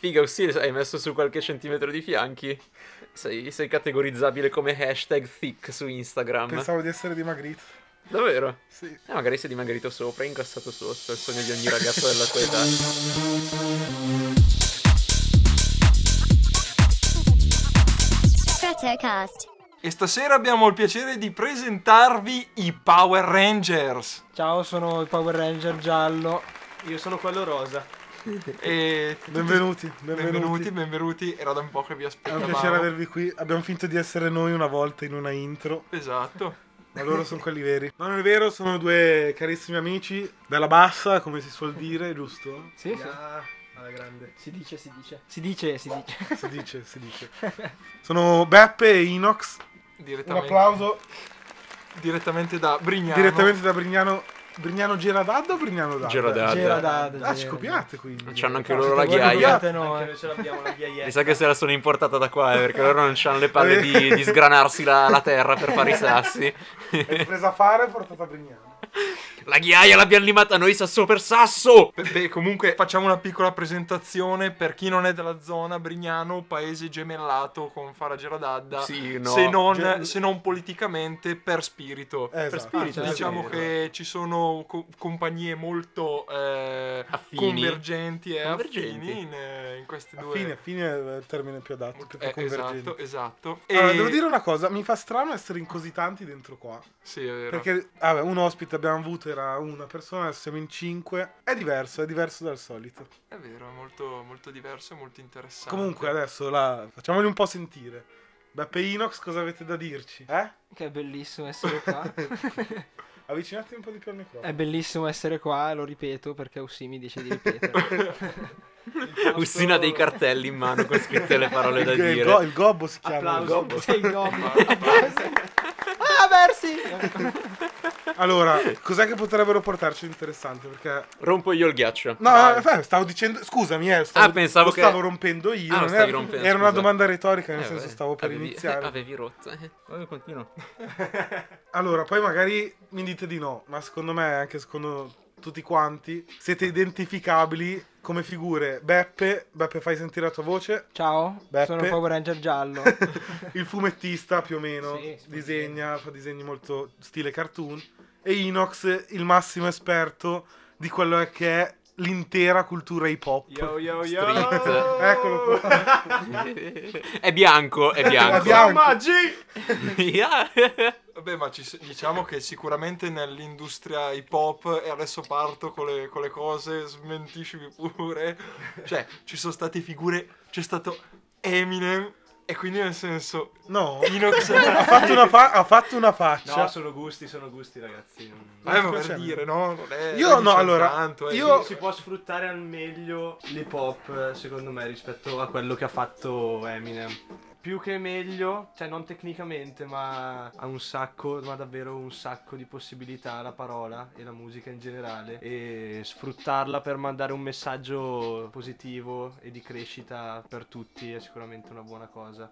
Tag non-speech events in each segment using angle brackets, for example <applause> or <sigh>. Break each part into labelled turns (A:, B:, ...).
A: Figa, Ossil, hai messo su qualche centimetro di fianchi? Sei, sei categorizzabile come hashtag thick su Instagram.
B: Pensavo di essere dimagrito.
A: Davvero?
B: Sì.
A: Eh, magari si è dimagrito sopra, è incassato sotto, è il sogno di ogni ragazzo della tua età.
C: Stratocast.
D: E stasera abbiamo il piacere di presentarvi i Power Rangers.
E: Ciao, sono il Power Ranger giallo. Io sono quello rosa.
D: E
B: Benvenuti,
D: tutti-
B: benvenuti.
D: benvenuti, benvenuti. Era da un po' che vi
B: È un
D: aspettavamo.
B: piacere avervi qui. Abbiamo finto di essere noi una volta in una intro,
D: Esatto.
B: ma
A: <laughs>
B: loro sono quelli veri. Non è vero, sono due carissimi amici della bassa, come si suol dire, giusto?
E: Sì, sì.
B: Ah, alla grande.
E: Si dice, si dice. Si dice, si dice.
B: Si dice, si dice. Sono Beppe e Inox. Un
D: Direttamente,
B: applauso
D: direttamente da Brignano.
B: direttamente da Brignano. Brignano Geradad o Brignano Dad?
A: Geradad.
E: Geradad.
B: Ah, ci copiate quindi.
A: C'hanno anche
B: Ah,
A: loro
B: siete
A: la
B: voi che
A: ghiaia.
B: copiate?
E: Guardate, no. eh.
F: ce l'abbiamo la ghiaietta.
A: Mi sa che se la sono importata da qua, eh, perché loro non hanno le palle di, di sgranarsi la, la terra per fare i sassi.
B: È presa a fare e portata
A: <laughs>
B: a Brignano.
A: La ghiaia l'abbiamo limata noi sasso per sasso!
D: Beh, comunque facciamo una piccola presentazione per chi non è della zona, Brignano, paese gemellato con Fara Geradadda.
A: Sì, no.
D: Se, non,
B: Ge-
D: se non politicamente, per spirito.
B: Eh,
D: Per
B: esatto.
D: spirito,
A: Ah, certo.
D: diciamo che ci sono co- compagnie molto eh,
A: Affini.
D: convergenti e
A: Convergenti.
D: affini in, eh, in queste
B: A
D: due.
B: fine, a fine è il termine più adatto.
D: Molto-
B: Più
D: eh,
B: convergente.
D: esatto, esatto.
B: Allora, devo dire una cosa, mi fa strano essere in così tanti dentro qua.
D: Sì, è vero.
B: Perché, vabbè, un ospite abbiamo avuto, era una persona, adesso siamo in cinque. È diverso, è diverso dal solito.
D: È vero, è molto, molto diverso e molto interessante.
B: Comunque, adesso la... facciamoli un po' sentire. Beppe Inox, cosa avete da dirci? Eh?
E: <laughs> Che è bellissimo essere qua.
B: Avvicinatevi un po' di più al microfono.
E: è
A: Eh,
E: bellissimo essere qua, lo ripeto, perché Ussi mi dice di ripetere.
A: Ussina ha dei cartelli in mano con scritte le parole da
B: il, il go-
A: dire.
B: il gobbo si chiama.
E: Applauso.
B: il gobbo.
E: Sei gobbo. ah, versi!
A: <laughs>
B: Allora, cos'è che potrebbero portarci di interessante? Perché
A: Rompo io il ghiaccio.
B: No, eh, stavo dicendo, scusami, eh, stavo,
A: Ah, pensavo
B: lo
A: che-
B: stavo rompendo io,
A: Ah, lo
B: non
A: stavi
B: era,
A: rompendo,
B: era una
A: scusa.
B: domanda retorica, nel
A: Eh,
B: senso
A: beh,
B: stavo per
A: avevi- <laughs>
B: iniziare.
A: Avevi rotto. eh. Vabbè, continuo.
B: Allora, poi magari mi dite di no, ma secondo me, anche secondo tutti quanti, siete identificabili come figure Beppe, Beppe fai sentire la tua voce,
E: Ciao,
B: Beppe.
E: sono il Power
B: <laughs>
E: Ranger giallo.
B: il fumettista più o meno,
E: Sì, sì,
B: disegna, fa disegni molto stile cartoon, e Inox, il massimo esperto di quello che è l'intera cultura hip hop.
F: Yo yo yo.
A: Street.
B: Eccolo qua.
A: È bianco, è bianco.
B: È bianco.
F: Maggi.
A: <laughs> Yeah.
D: Vabbè, ma ci s- diciamo che sicuramente nell'industria hip hop, e adesso parto con le, con le cose, smentiscimi pure. Cioè, ci sono state figure, c'è stato Eminem, e quindi nel senso,
B: No, <laughs>
D: Inox
B: ha fatto una, fa- ha fatto una faccia.
F: No, sono gusti, sono gusti ragazzi. Non-
D: Eh, ma
B: Cioè,
D: per dire, no? Non è,
B: Io
D: non
B: no,
D: c'è
B: allora,
D: tanto, eh.
B: io-
F: Si può sfruttare al meglio l'hip hop, secondo me, rispetto a quello che ha fatto Eminem. Più che meglio, cioè non tecnicamente, ma ha un sacco, ma davvero un sacco di possibilità la parola e la musica in generale. E sfruttarla per mandare un messaggio positivo e di crescita per tutti è sicuramente una buona cosa.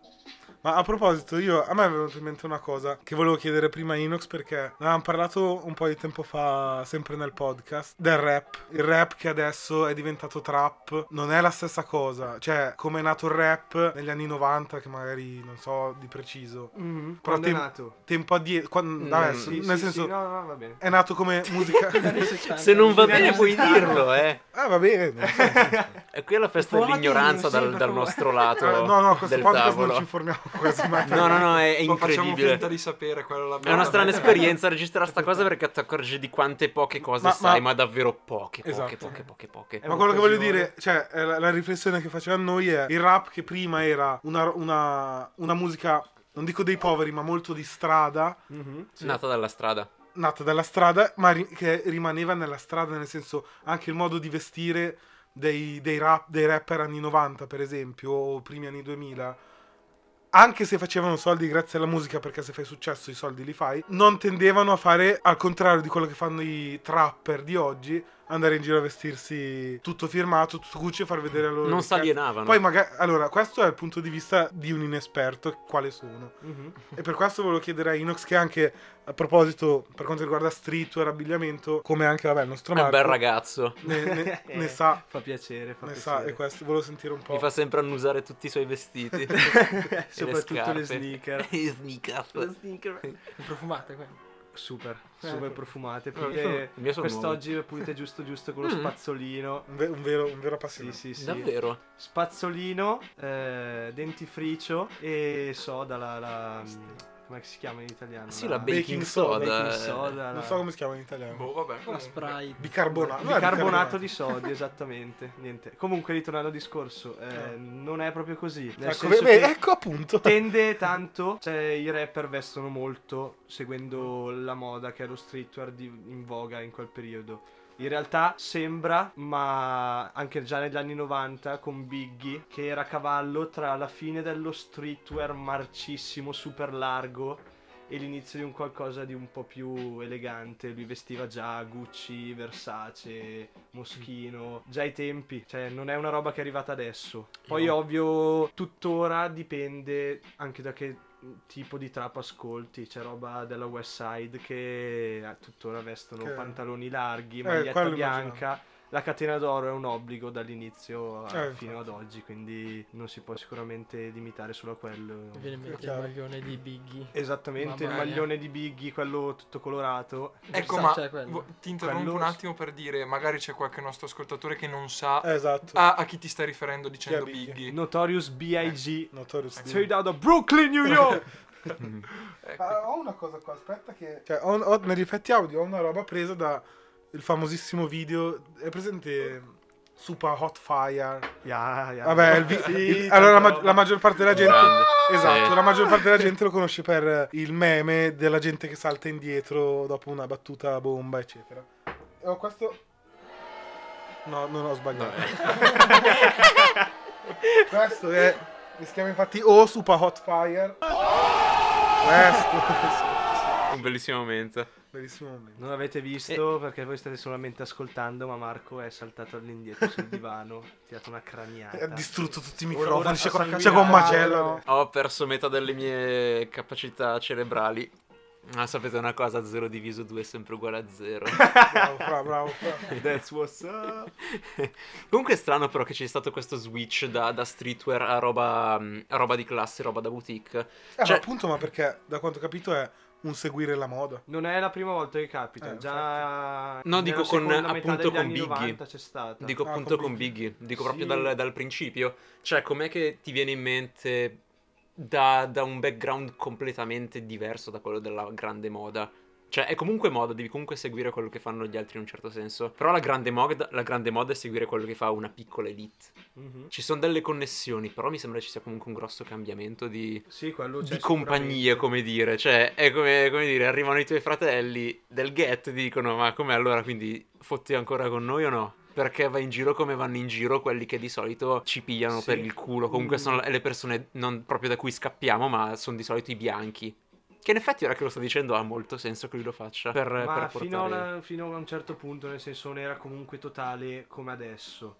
B: Ma a proposito, io a me è venuta in mente una cosa che volevo chiedere prima a Inox perché ne avevamo parlato un po' di tempo fa, sempre nel podcast, del rap. Il rap che adesso è diventato trap non è la stessa cosa. Cioè, come è nato il rap negli anni 90, che magari non so di preciso.
F: Quando è
B: tem-
F: nato?
B: Tempo addietro, quando- vabbè,
A: sì,
F: Mm. Sì,
B: Mm-hmm. nel
F: sì,
B: senso,
F: sì, no, no, va bene.
B: è nato come musica.
F: <laughs>
A: Se non va bene puoi dirlo, eh.
B: ah, va bene. non so.
A: E qui è la festa dell'ignoranza
E: Fuori, sì,
A: dal,
E: per
A: dal
E: favore.
A: nostro lato
B: Ah, no, no, questo
A: del
B: podcast
A: tavolo.
B: non ci informiamo quasi mai.
A: No, no, no, è, è
D: Ma facciamo finta
A: incredibile.
D: di sapere quello
A: È una strana esperienza registrare sta cosa perché ti accorgi di quante poche cose
B: Ma- ma-
A: sai, ma, davvero poche, poche,
B: Esatto.
A: poche, poche, poche.
F: È
B: Ma
F: un
B: quello che voglio
F: occasione.
B: dire, cioè, eh, la, la riflessione che faceva noi è il rap che prima era una, una- una musica, non dico dei poveri, ma molto di strada,
A: Nata dalla strada.
B: nata dalla strada, ma ri- che rimaneva nella strada, nel senso anche il modo di vestire dei, dei rap- dei rapper anni 90, per esempio, o primi anni 2000. Anche se facevano soldi grazie alla musica, perché se fai successo i soldi li fai, non tendevano a fare, al contrario di quello che fanno i trapper di oggi, andare in giro a vestirsi tutto firmato, tutto Gucci e far vedere loro.
A: Non
B: le scarpe.
A: s'alienavano.
B: certo. Poi magari. Allora, questo è il punto di vista di un inesperto, quale sono.
F: Mhm.
B: E per questo volevo chiedere a Inox, che anche a proposito, per quanto riguarda streetwear, abbigliamento, come anche, vabbè, il nostro
A: È un
B: Marco.
A: bel ragazzo.
B: Ne, ne-
F: <laughs> Eh,
B: ne sa.
F: <laughs> Fa piacere, fa
B: Ne sa, e
F: piacere.
B: questo volevo sentire un po'.
A: Mi fa sempre annusare tutti i suoi
B: <laughs>
A: vestiti.
F: <laughs> Soprattutto
A: scarpe.
F: le
A: <laughs>
F: <laughs> sneaker.
A: I sneaker.
E: Profumate quelle.
F: Super,
E: Eh,
F: super
E: ecco.
F: profumate.
A: sono-
F: Pulite,
A: i miei sono
F: quest'oggi le pulite giusto giusto con lo
A: Mm.
F: spazzolino.
B: Un, ve- un vero, un vero
F: Sì,
B: appassionato.
F: sì, sì.
A: Davvero?
F: Spazzolino, eh, dentifricio e soda, la... la come si chiama in italiano?
A: Sì, la
B: baking
A: baking,
B: soda,
A: soda.
F: baking soda, la-
B: Non so come si chiama in italiano.
D: Boh, vabbè.
E: La
D: comunque.
E: Sprite.
B: Bicarbonato. no, è
F: bicarbonato di sodio, esattamente. Niente. Comunque, ritornando al discorso, eh,
B: Eh.
F: non è proprio così. Nel
B: Ecco,
F: senso
B: beh,
F: che
B: ecco appunto.
F: tende tanto, cioè i rapper vestono molto seguendo la moda che è lo streetwear di- in voga in quel periodo. In realtà sembra, ma anche già negli anni 90 con Biggie, che era a cavallo tra la fine dello streetwear marcissimo, super largo, e l'inizio di un qualcosa di un po' più elegante. Lui vestiva già Gucci, Versace, Moschino, già ai tempi, cioè non è una roba che è arrivata adesso. Poi
A: No.
F: ovvio tuttora dipende anche da che tipo di trap ascolti, c'è roba della West Side che eh, tuttora vestono
B: Che-
F: pantaloni larghi,
B: Eh,
F: maglietta
B: quello
F: bianca. La catena d'oro è un obbligo dall'inizio a-
B: Eh,
F: fino ad oggi, quindi non si può sicuramente limitare solo a quello.
E: Mi viene in mente il
B: Chiaro.
E: maglione di Biggie.
F: Esattamente, il
E: Mamma mia.
F: maglione di Biggie, quello tutto colorato.
D: Ecco,
E: Sa-
D: ma
E: cioè, quello.
D: vo- ti interrompo
F: Quello-
D: un attimo per dire, magari c'è qualche nostro ascoltatore che non sa
B: Eh, esatto.
A: Ah.
D: a, a chi ti stai riferendo dicendo
B: Chi è Biggie?
D: Biggie.
F: Notorious B.I.G.
B: Notorious
A: Eh. Cioè,
F: Sei
B: D.
F: da da Brooklyn, New York!
A: <laughs>
D: Ecco.
B: Ah, ho una cosa qua, aspetta che... Cioè, ho, ho- negli effetti audio ho una roba presa da il famosissimo video... È presente Super Hot Fire?
F: Ya, ya.
B: Vabbè, il vi-
F: Sì,
B: il-
F: tanta
B: allora la, ma-
F: roba. Eh.
B: la maggior parte della gente...
A: Grande.
B: Esatto,
A: Sì.
B: la maggior parte della gente lo conosce per il meme della gente che salta indietro dopo una battuta bomba, eccetera. E ho questo... No, non ho sbagliato. <laughs> Questo è. Mi si chiama infatti O Super Hot Fire. Questo.
A: Un bellissimo momento.
B: Bellissimo momento.
F: Non l'avete
B: Eh.
F: visto perché voi state solamente ascoltando, ma Marco è saltato
B: <laughs>
F: all'indietro sul divano, ha tirato una craniata.
B: Ha distrutto tutti i
F: Ah, Ora-
B: microfoni.
F: ora
B: C'è
F: sta
B: qua, c'è
F: sanguinando.
B: qua un
F: <laughs>
B: macello.
A: Ho perso metà delle mie capacità cerebrali. Ma sapete una cosa? 0 diviso 2 è sempre uguale a 0.
B: Bravo, fra, bravo. fra.
F: <laughs>
B: Eh,
F: That's what's up.
A: <laughs> Comunque è strano però che ci sia stato questo switch da, da streetwear a roba, mm, a roba di classe, roba da boutique.
B: Eh,
A: Cioè-
B: ma appunto, ma perché da quanto ho capito è un seguire la moda.
F: Non è la prima volta che capita,
B: Eh,
F: già...
A: No,
F: nella
A: dico con-
F: seconda metà
A: appunto
F: degli
A: con
F: anni
A: Biggie.
F: 90 c'è stata.
A: Dico
B: Ah,
A: appunto
B: con
A: con Biggie, dico
F: Sì.
A: proprio dal, dal principio. Cioè, com'è che ti viene in mente da, da un background completamente diverso da quello della grande moda? Cioè, è comunque moda, devi comunque seguire quello che fanno gli altri in un certo senso. Però la grande moda, la grande moda è seguire quello che fa una piccola elite.
F: Mhm.
A: Ci sono delle connessioni, però mi sembra ci sia comunque un grosso cambiamento di,
F: Sì, quello c'è
A: di compagnie,
F: sicuramente.
A: come dire. Cioè, è come, come dire, arrivano i tuoi fratelli del ghetto e ti dicono: Ma com'è allora? Quindi fotti ancora con noi o no? Perché vai in giro come vanno in giro quelli che di solito ci pigliano
F: Sì.
A: per il culo. Comunque
F: Mm.
A: sono le persone non proprio da cui scappiamo, ma sono di solito i bianchi. Che in effetti, ora che lo sto dicendo, ha molto senso che lui lo faccia. Per, per
F: Ma
A: portare...
F: fino, alla- fino a un certo punto, nel senso, non era comunque totale come adesso.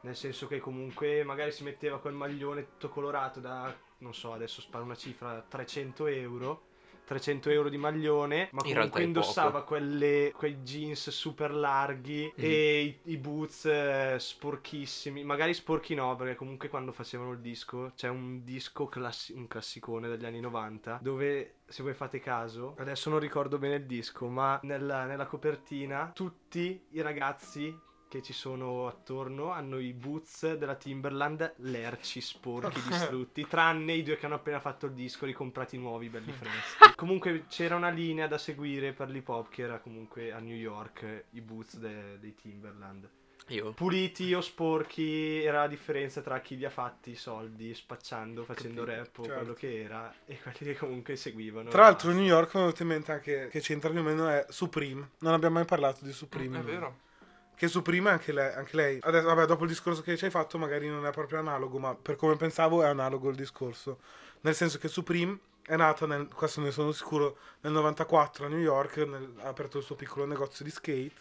F: Nel senso che comunque magari si metteva quel maglione tutto colorato da, non so, adesso sparo una cifra, 300 euro. 300 euro di maglione, ma
A: In realtà
F: comunque
A: è
F: indossava quelle, quei jeans super larghi e i, i boots eh, sporchissimi. Magari sporchi no, perché comunque quando facevano il disco c'è un disco, classi- un classicone degli anni 90, dove se voi fate caso, adesso non ricordo bene il disco, ma nella, nella copertina tutti i ragazzi che ci sono attorno hanno i boots della Timberland lerci, sporchi, distrutti, tranne i due che hanno appena fatto il disco, ricomprati nuovi, belli
B: Mm. <laughs>
F: freschi. comunque c'era una linea da seguire per l'hip hop che era comunque a New York eh, i boots de- dei Timberland.
A: Io.
F: Puliti o sporchi era la differenza tra chi li ha fatti i soldi spacciando, facendo
A: Capito,
F: rap o
B: certo.
F: quello che era e quelli che comunque seguivano.
B: Tra l'altro, New York mi è venuto in mente anche che c'entra più o meno è Supreme. Non abbiamo mai parlato di Supreme.
D: Mm, È vero.
B: Che Supreme è anche lei, anche lei. Adesso, vabbè, dopo il discorso che ci hai fatto, magari non è proprio analogo, ma per come pensavo è analogo il discorso. Nel senso che Supreme È nato, nel, questo ne sono sicuro, nel 94 a New York, nel- ha aperto il suo piccolo negozio di
D: <clears throat>
B: skate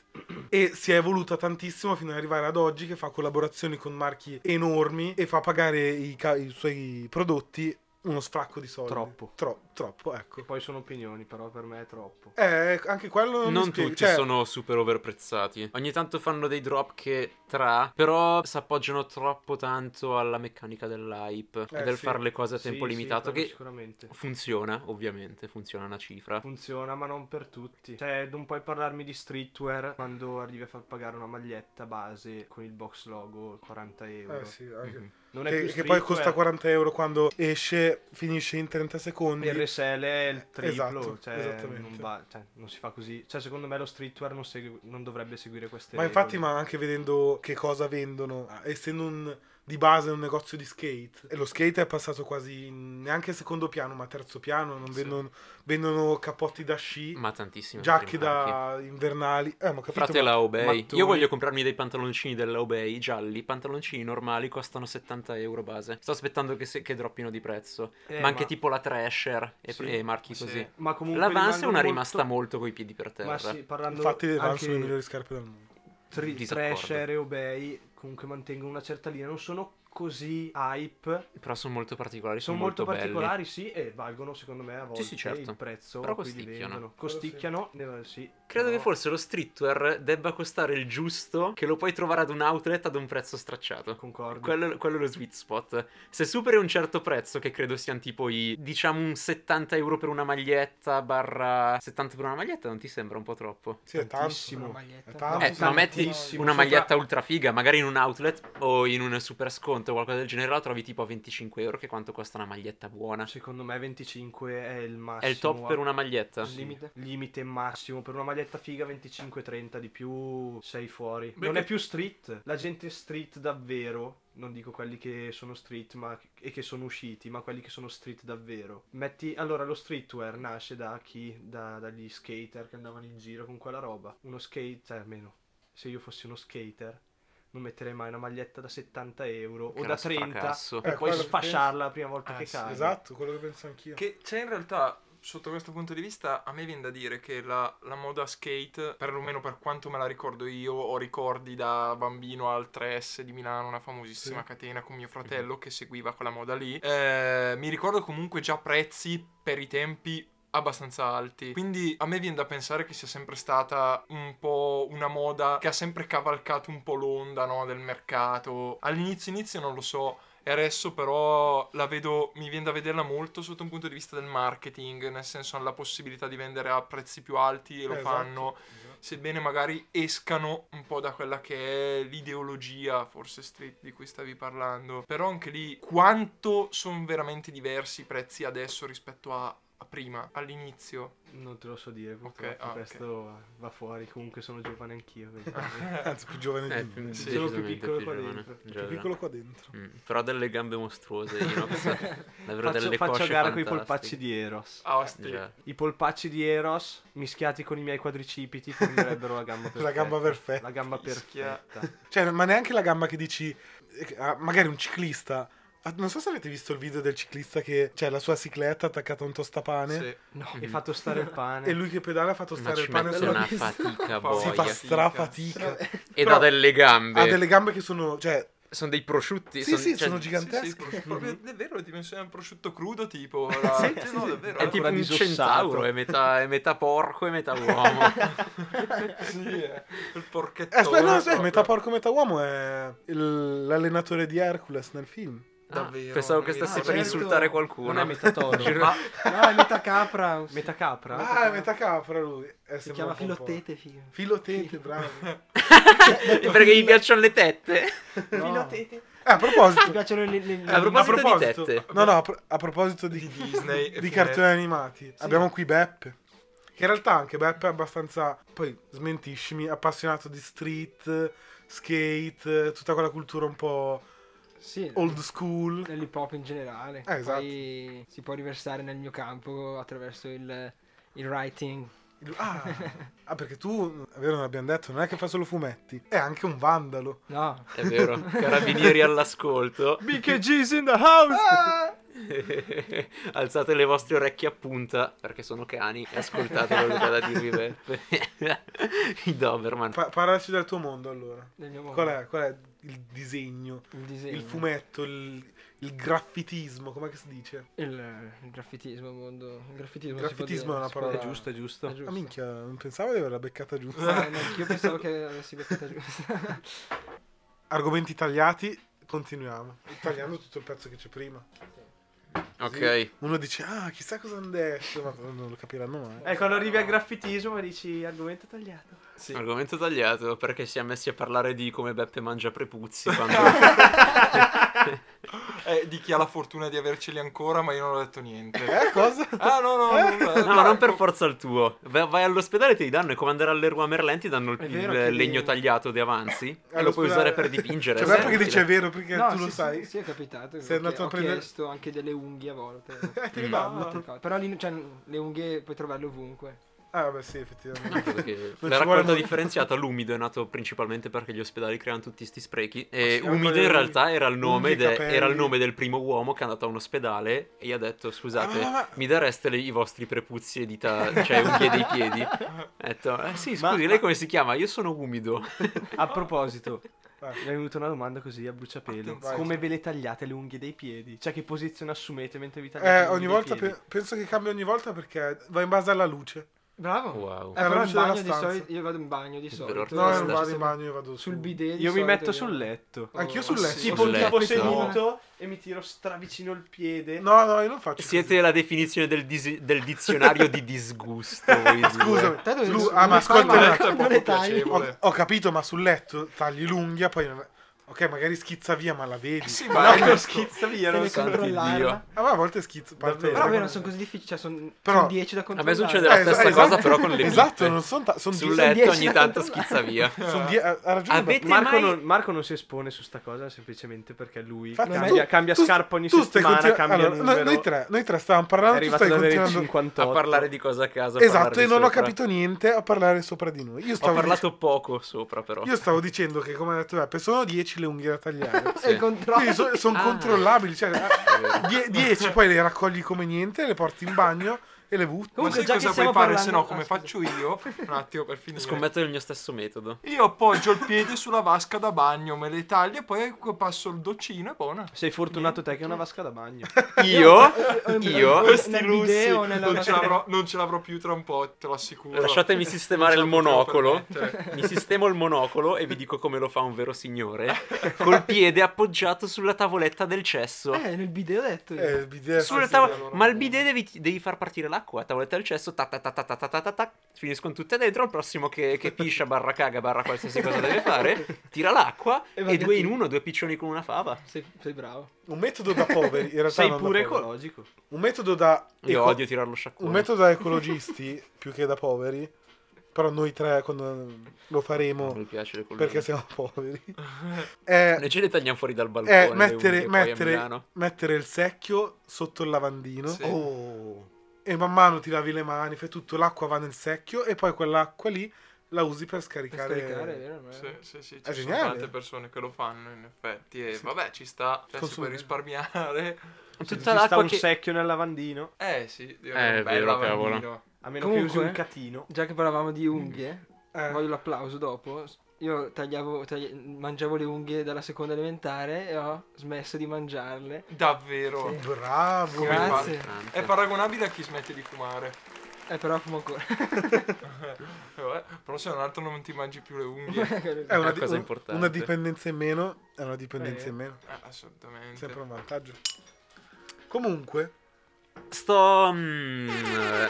B: e si è evoluta tantissimo fino ad arrivare ad oggi che fa collaborazioni con marchi enormi e fa pagare i, ca- i suoi prodotti uno sfracco di soldi.
F: Troppo.
B: Tro- troppo, ecco.
F: Poi sono opinioni, però per me è troppo.
B: Eh, anche quello mi
A: Non
B: spiego,
A: tutti
B: cioè-
A: sono super overprezzati. Ogni tanto fanno dei drop che tra, però si appoggiano troppo tanto alla meccanica dell'hype
B: Eh,
A: e del
B: sì.
A: fare le cose a tempo
F: Sì, sì,
A: limitato
F: quello
A: che
F: Sicuramente.
A: funziona, ovviamente, funziona una cifra.
F: Funziona, ma non per tutti. Cioè, non puoi parlarmi di streetwear quando arrivi a far pagare una maglietta base con il box logo 40 euro.
B: Eh sì, anche-
A: Mhm.
F: Non è
B: Che,
F: più eh.
B: che poi
F: streetwear.
B: costa 40 euro quando esce, finisce in 30 secondi.
F: Il RSL è il triplo,
B: Esatto,
F: cioè,
B: esattamente.
F: non va- cioè, non si fa così. Cioè, secondo me lo streetwear non, segue- non dovrebbe seguire queste
B: Ma infatti,
F: regole.
B: ma anche vedendo che cosa vendono, eh, essendo un, di base un negozio di skate, e lo skate è passato quasi in- neanche secondo piano, ma terzo piano. Non vendono, vendono cappotti da sci,
A: Ma tantissime
B: giacche
A: altre marche.
B: da invernali. Eh, ma ho capito,
A: Frate
B: ma-
A: la Obey.
F: mattoni.
A: Io voglio comprarmi dei pantaloncini della Obey gialli. I pantaloncini normali costano 70 euro base. Sto aspettando che, se- che droppino di prezzo.
F: Eh,
A: ma anche
F: ma-
A: tipo la Thrasher e,
F: Sì,
A: e marchi
D: sì.
A: così.
F: Ma comunque
A: La Vans è una
F: rimangono
A: rimasta
F: molto-
A: molto coi piedi per terra.
F: Ma sì, parlando
B: Infatti, le Vans
F: anche
B: sono le migliori scarpe del mondo.
F: tri-
A: Disaccordo.
F: Thrasher e Obey comunque mantengono una certa linea, non sono così hype,
A: Però sono molto particolari,
F: sono
A: sono,
F: molto,
A: belli.
F: particolari, sì, e valgono secondo me a volte
A: Sì, sì, certo.
F: il prezzo
A: Però
F: a cui li
A: costicchiano.
F: vendono. Costicchiano, eh, sì.
A: Credo
F: però-
A: che forse lo streetwear debba costare il giusto che lo puoi trovare ad un outlet ad un prezzo stracciato.
F: Concordo.
A: Quello, quello è lo sweet spot. Se superi un certo prezzo, che credo siano tipo i diciamo un 70 euro per una maglietta, barra 70 per una maglietta, non ti sembra un po' troppo?
B: Sì, è tanto.
E: Tantissimo. Una maglietta.
B: È tanto,
A: eh, ma
B: sono-
A: metti
F: tantissimo.
A: una
F: Sopra-
A: maglietta ultra figa, magari in un outlet o in un super sconto o qualcosa del genere, la trovi tipo a 25 euro, che è quanto costa una maglietta buona.
F: Secondo me 25 è il massimo.
A: È il top per una maglietta.
F: Sì. limite. massimo per una maglietta figa 25-30 di più sei fuori.
A: Beh,
F: non
A: che-
F: è più street. La gente street davvero. Non dico quelli che sono street ma... e che sono usciti, ma quelli che sono street davvero. Metti allora lo streetwear nasce da chi? Da- dagli skater che andavano in giro con quella roba. Uno skate, cioè almeno se io fossi uno skater non metterei mai una maglietta da 70 euro o
A: Che
F: da
A: era
F: 30
A: sfracasso.
F: e
B: Eh,
F: poi
B: quello che
F: sfasciarla la prima volta
D: Ah,
F: che
D: sì,
F: cade.
B: Esatto, quello che penso anch'io.
D: Che c'è in realtà, sotto questo punto di vista, a me viene da dire che la, la moda skate, perlomeno per quanto me la ricordo io, ho ricordi da bambino al 3S di Milano, una famosissima
B: Sì. Mhm.
D: catena con mio fratello che seguiva quella moda lì. eh, mi ricordo comunque già prezzi per i tempi abbastanza alti quindi a me viene da pensare che sia sempre stata un po' una moda che ha sempre cavalcato un po' l'onda no, del mercato all'inizio inizio non lo so e adesso però la vedo, mi viene da vederla molto sotto un punto di vista del marketing, nel senso hanno la possibilità di vendere a prezzi più alti e lo
B: Eh, esatto,
D: fanno,
B: esatto.
D: sebbene magari escano un po' da quella che è l'ideologia, forse street di cui stavi parlando. Però anche lì quanto sono veramente diversi i prezzi adesso rispetto a, a prima, all'inizio.
F: Non te lo so dire, purtroppo
D: ah, ok.
F: questo va fuori, comunque sono giovane anch'io. vent'anni.
B: Anzi, più giovane di
A: Eh,
B: me.
A: più-
B: Più
A: sì,
F: Sono più
A: decisamente
F: piccolo qua
A: giovane.
F: dentro.
A: Già, già.
B: piccolo qua dentro.
A: Mm, Però ha delle gambe mostruose, Inox. Davvero
F: faccio
A: delle
F: faccio
A: cosce
F: gara con
A: fantastiche.
F: i polpacci di Eros.
D: Ah, ostri.
A: Già.
F: I polpacci di Eros mischiati con i miei quadricipiti formerebbero la gamba perfetta.
B: <laughs> La gamba perfetta.
F: La gamba
D: Fischia.
F: perfetta.
B: <laughs> Cioè, ma neanche la gamba che dici. eh, ah, Magari un ciclista. Ah, Non so se avete visto il video del ciclista che c'è la sua cicletta attaccata a un tostapane.
D: Sì.
F: No,
A: Mhm.
F: hai fatto stare il pane.
B: E lui che pedala ha fatto
A: Ma
B: stare
A: ci
B: il pane
A: mette
B: sulla <laughs>
A: una
B: pista.
A: fatica
D: Si
B: Si
A: boia.
B: fa
D: voglia.
B: strafatica.
A: E
B: Però
A: da delle gambe.
B: Ha delle gambe che sono. Cioè,
A: Sono dei prosciutti.
B: Sì, sì, sono
A: cioè,
B: Gigantesco.
D: Sì, sì, proprio, è vero, ti menziona un prosciutto crudo tipo. la-
F: Sì,
D: cioè,
F: sì,
D: no,
F: sì.
D: davvero.
A: È
F: Ancora
A: tipo un
F: disossato.
A: centauro, è metà, è metà porco e metà uomo.
D: sì, eh, il
B: eh,
D: porchettone.
B: aspetta, no, aspetta,
D: proprio.
B: metà porco metà uomo è il- l'allenatore di Hercules nel film.
A: Ah,
D: Davvero,
A: pensavo
D: non
A: che
D: mi
A: stessi
D: ricordo.
A: per
D: Ah,
E: certo.
A: insultare
F: Non è
A: qualcuno. <laughs>
F: metà toro.
A: Giro-
F: ma-
E: No, è metà capra. Si
F: Metà capra?
B: Ah, è metà capra lui. Eh, sembra
E: chiama
B: un po' un po'.
E: filottete, figa.
B: Filotete,
E: <laughs>
B: bravo. Eh,
A: Perché gli piacciono le tette.
B: No.
E: Filotete.
B: Eh, a
E: Mi
B: proposito.
E: piacciono le, le- le-
A: A proposito di tette.
B: No, no, a, pro- a proposito di,
D: Di Disney e
B: di
D: Funè.
B: cartoni animati, abbiamo qui Beppe. Che in realtà anche Beppe è abbastanza, poi smentiscimi, appassionato di street, skate, tutta quella cultura un po'
E: Sì.
B: old school.
E: Dell'hip hop in generale.
B: Eh, esatto.
E: Poi si può riversare nel mio campo attraverso il, il writing.
B: Ah, ah, perché tu, è vero, non abbiamo detto, non è che fa solo fumetti, è anche un vandalo.
E: No.
A: <laughs> È vero, carabinieri all'ascolto.
F: BKG's in the house!
A: <laughs> Alzate le vostre orecchie a punta perché sono cani e ascoltate quello che ha da dirvi Beppe. <laughs> I Doberman.
B: Pa- parlaci del tuo mondo allora.
E: Nel
A: Oh.
E: mio mondo.
B: Qual è, qual è il disegno,
E: Il disegno.
B: il fumetto, il, il graffitismo, com'è che si dice?
E: Il, il graffitismo, mondo. Il graffitismo.
B: Il
E: si può
B: graffitismo
E: dire,
B: è una
E: si può
B: parola-
F: È
E: dire.
F: giusto, è Cioè, giusto.
E: È giusto.
B: Ah minchia, non pensavo di averla beccata giusta.
E: Ah, no, io pensavo che avessi beccata
B: <laughs>
E: giusta.
B: Argomenti tagliati, continuiamo. Tagliando tutto il pezzo che c'è prima.
A: Ok.
B: Uno dice, ah, chissà cosa hanno detto, ma non lo capiranno mai.
F: Eh, quando arrivi al graffitismo e dici argomento tagliato.
D: Sì.
A: Argomento tagliato perché si è messi a parlare di come Beppe mangia prepuzzi quando...
D: Eh, di chi ha la fortuna di averceli ancora, ma io non ho detto niente.
B: Eh, cosa?
D: Ah, no, no, no,
A: No, ma non per forza il tuo. Va- Vai all'ospedale e te li danno. È come andare all'Erua Merlin, ti danno il,
E: È vero
A: il
E: che-
A: legno tagliato di avanzi. e lo puoi
B: All'ospedale-
A: usare per dipingere. eh,
B: Cioè,
A: Sì,
B: guarda perché
A: utile.
B: dice è vero, perché
E: No,
B: tu
E: sì,
B: lo
E: sì,
B: sai.
E: Sì, è capitato.
B: Sei andato
E: perché
B: a
E: ho
B: prendere-
E: chiesto anche delle unghie
B: <laughs>
E: a volte.
B: Eh, ti
A: Mm.
B: rimango.
E: Molte cose. Però lì, cioè, le unghie puoi trovarle ovunque.
B: Ah, vabbè, sì,
A: <laughs> No,
B: effettivamente.
A: credo
B: <laughs>
A: che-
B: Non
A: La
B: ci vuole
A: raccolta
B: molto.
A: differenziata, l'umido, è nato principalmente perché gli ospedali creano tutti sti sprechi.
B: sì,
A: E
B: ma
A: umido
B: poi-
A: in realtà era il, nome
B: unghie,
A: de-
B: capelli.
A: era il nome del primo uomo che è andato a un ospedale e gli ha detto scusate,
B: Ah, ma-
A: mi dareste le- i vostri prepuzzi e dita, cioè unghie dei
B: <laughs>
A: piedi? Ha detto, eh sì,
F: Ma-
A: scusi, lei come si chiama? Io sono umido.
F: A
B: <laughs>
F: proposito,
B: Vai.
F: mi è venuta una domanda così a bruciapelo.
D: Attenzione.
F: Come ve le tagliate le unghie dei piedi? Cioè, che posizione assumete mentre vi tagliate?
B: Eh,
F: le
B: ogni
F: unghie dei
B: volta
F: piedi?
B: pe- penso che cambia ogni volta perché va in base alla luce.
E: Bravo.
A: Wow.
E: Eh,
B: Alla
E: però
B: luce
E: in
B: della
E: bagno di
B: stanza.
E: solito. Io vado in bagno di
A: vero,
E: solito.
B: No,
A: Sì,
B: io
A: sì,
B: vado in bagno, io vado
E: Sul
B: su.
E: bidet. di
F: Io mi
E: solito
F: metto
E: io-
F: sul letto.
E: Oh,
B: Anch'io sul
E: ma
B: letto.
E: sì.
A: Sul
F: Tipo
A: letto.
F: tipo
E: No.
F: seduto e mi tiro stravicino il piede.
B: No, no, io non faccio.
A: <laughs>
B: così.
A: Siete la definizione del, dis- del dizionario di disgusto. voi due.
B: Scusami.
E: Te dove-
B: Lu-
E: dove
B: ah, ma
E: li fai,
B: ascolta,
E: ma
B: eh,
E: come
D: poco
E: le tagli?
D: piacevole.
B: Ho, ho capito, ma sul letto tagli l'unghia, poi. Ok, magari schizza via, ma la vedi.
D: Eh Sì,
F: No,
D: ma
F: lo schizza via,
E: Devi
F: non so.
A: santi
E: controllarla.
B: Ah, ma a volte schizza. parte-
F: Davvero?
E: Però
B: parte-
E: vabbè, non sono così difficili. Cioè, sono
B: Però-
E: 10 da
A: A me
E: controllare.
A: succede la
B: Eh,
A: stessa
B: esatto.
A: cosa però con le
B: Esatto,
A: pippe.
B: non sono ta- son
A: Sul
B: dieci-
A: letto
E: dieci
A: ogni
E: da
A: tanto
E: controllare.
A: schizza
B: <laughs>
A: via.
B: son die- ha ha ragione.
A: Avete-
B: ma-
F: Marco,
A: mai-
F: non, Marco non si espone su sta cosa semplicemente perché lui
B: Infatti,
F: cambia,
B: tu-
F: cambia
B: tu-
F: scarpa ogni
B: tu stai
F: settimana,
B: continu-
F: cambia
B: allora, no-
F: numero.
B: Noi tre, noi tre stavamo
F: è
B: parlando, tu
F: arrivato
B: stai
F: ad avere il
B: continuando.
F: 58.
A: A parlare di cosa a casa. a parlare
B: Esatto,
A: di
B: e non ho
A: sopra.
B: capito niente a parlare sopra di noi. Io
A: Ho
B: stavo,
A: parlato poco sopra però.
B: dic- io stavo dicendo che, come ha detto Beppe, sono 10 le unghie da tagliare.
A: Sì.
E: E controllo.
B: Quindi sono
A: Ah.
B: controllabili.
A: <laughs>
B: Cioè, 10 poi le raccogli come niente, le porti in bagno e le butti.
D: Ma
E: Comunque,
D: sai
E: già che
D: cosa puoi
E: stiamo
D: fare? Se
E: parlando-
D: no, come
E: Ah, scusa.
D: faccio io? Un attimo per finire.
A: Scommetto il mio stesso metodo.
D: Io appoggio il piede sulla vasca da bagno, me le taglio e poi passo il doccino e buona.
F: Sei fortunato te che hai una vasca
B: <laughs>
F: da bagno.
A: Io?
E: ho- ho-
A: Io?
E: ho- Nel bidet o nella
D: non ce,
E: vasca?
A: <laughs>
D: l'avrò, non ce l'avrò più tra un po', te lo assicuro.
A: Lasciatemi
D: Cioè,
A: sistemare il
D: Non ce la potevo
A: monocolo.
D: permettere.
A: Mi sistemo il monocolo e vi dico come lo fa un vero signore. Col piede appoggiato sulla tavoletta del cesso.
E: Eh, nel bidet ho detto io.
B: Eh, il bidet-
A: Sulla
D: sì, sì,
A: tavola-
D: allora-
A: Ma il bidet devi, devi far partire l'acqua, tavoletta del cesso, tac, tac, tac, tac, tac, tac, tac, tac, tac, finiscono tutte dentro, il prossimo che, che piscia, barra caga, barra qualsiasi cosa deve fare, tira l'acqua
E: E
A: e,
E: va via
A: due in
E: tutto.
A: uno, due piccioni con una fava.
E: Sei, sei bravo.
B: Un metodo da poveri, in realtà.
F: Sei
B: non da
F: pure
B: poveri.
F: ecologico.
B: Un metodo da.
A: Io
B: eco-
A: odio tirare lo sciacquone.
B: Ecco, Un metodo da ecologisti più che da poveri. Però noi tre quando lo
A: Non mi
B: faremo
A: piace le colline.
B: perché siamo
A: <laughs>
B: poveri. Eh, È,
A: Noi ce le tagliamo fuori dal balcone.
B: è
A: le
B: Eh, mettere,
A: unghie poi a
B: mettere,
A: Milano.
B: mettere il secchio sotto il lavandino.
D: Sì.
B: Oh. E man mano ti lavi le mani, fai tutto, l'acqua va nel secchio e poi quell'acqua lì la usi per
E: Per
B: scaricare.
E: scaricare, è vero? ma-
D: Sì, sì, sì,
B: Eh. È
D: ci sono
B: geniale.
D: tante persone che lo fanno in effetti e
B: Sì.
D: vabbè ci sta, cioè si può
B: Consumare.
D: risparmiare.
F: Se
A: Tutta
F: ci sta
A: l'acqua
F: un
A: che...
F: secchio nel lavandino,
D: Eh sì, direi
A: Eh,
D: un
A: è
D: bel
A: vero, cavolo.
D: lavandino.
F: a meno che usi
E: Comunque-
F: un catino.
E: Già che parlavamo di unghie,
B: Eh,
E: voglio l'applauso dopo. Io tagliavo, tagli- mangiavo le unghie dalla seconda elementare e ho smesso di mangiarle.
D: Davvero.
B: Oh, Bravo.
D: Come fa?
E: Grazie.
A: Tanto.
D: È paragonabile a chi smette di fumare.
E: Eh, però fumo
B: <laughs>
E: ancora.
D: Eh, vabbè, Però se non altro non ti mangi più le unghie.
B: È una,
A: Una
B: di-
A: cosa
B: un-
A: importante.
B: una dipendenza in meno è una dipendenza
F: Eh.
B: in meno.
D: Eh, assolutamente.
B: Sempre un vantaggio. Comunque,
A: Sto... mm, eh,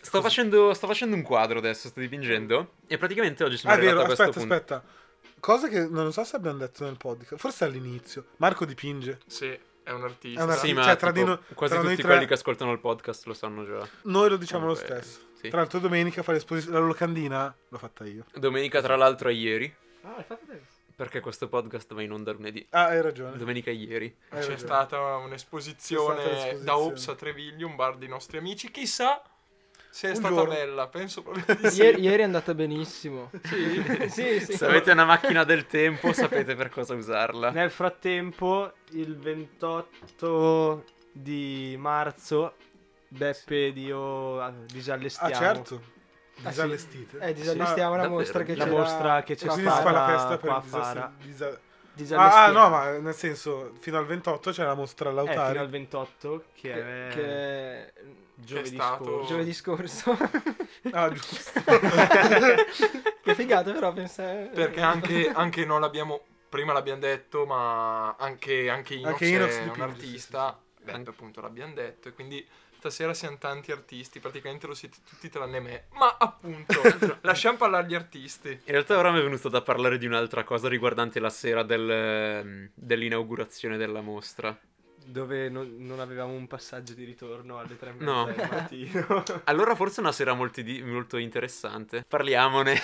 A: sto, facendo, sto facendo un quadro adesso, sto dipingendo. E praticamente oggi sono
B: ah, è
A: arrivato
B: vero,
A: a questo
B: aspetta,
A: punto.
B: aspetta. Cosa che non so se abbiamo detto nel podcast, forse all'inizio. Marco dipinge.
D: Sì, è un artista.
B: È un artista.
A: Sì, ma
B: Cioè, tra
A: tipo,
B: di no-
A: quasi
B: tra noi
A: tutti
B: tre-
A: quelli che ascoltano il podcast lo sanno già.
B: Noi lo diciamo lo
A: Comunque,
B: stesso.
A: sì.
B: Tra l'altro domenica fa l'esposizione la locandina l'ho fatta io.
A: Domenica, tra l'altro, è ieri.
E: Ah, hai fatto te.
A: Perché questo podcast va in onda lunedì.
B: Ah, hai ragione.
A: Domenica è ieri.
B: Hai
D: C'è
B: ragione.
D: stata un'esposizione
B: C'è stata l'esposizione.
D: da Ops a Treviglio, un bar dei nostri amici. Chissà Se è
B: Un
D: stata
B: giorno.
D: bella, penso proprio
B: <laughs>
D: di sì.
E: Ieri, ieri è andata benissimo.
F: <laughs>
E: Sì, sì,
A: Se avete una macchina del tempo sapete per cosa usarla.
F: Nel frattempo, il 28 di marzo, Beppe ed io ah, Eh,
B: Ah,
F: disallestiamo
B: certo.
F: Ah,
E: sì.
B: Disallestite.
E: Eh, disallestiamo la
A: davvero?
E: mostra che
F: la
E: c'era.
F: mostra che c'è
B: Cioè, quindi si fa la festa
F: stata
B: per
F: qua a
B: il
F: Fara.
B: disal- disa- Ah, ah,
E: Disallestiamo.
B: no, ma nel senso, fino al 28 c'è la mostra
F: Eh, fino
B: all'autare.
F: al 28, che,
E: Che,
F: è
E: che-
F: giovedì
D: Che è stato-
F: scorso.
E: Giovedì scorso. <laughs>
B: Ah, giusto.
E: che figata però eh. pensare.
D: Perché anche, anche non l'abbiamo. Prima l'abbiamo detto, ma anche, anche Inox,
B: Anche Inox
D: è
B: dipinge,
D: un artista. Beppe, appunto, l'abbiamo detto. E quindi stasera siamo tanti artisti. Praticamente lo siete tutti tranne me. Ma appunto,
B: <laughs>
D: lasciamo parlare gli artisti.
A: In realtà ora mi è venuto da parlare di un'altra cosa riguardante la sera del, ehm, dell'inaugurazione della mostra.
F: Dove non, non avevamo un passaggio di ritorno alle 3
A: No.
F: del mattino.
A: Allora forse è una sera molti di- molto interessante.
E: <laughs>
A: Parliamone.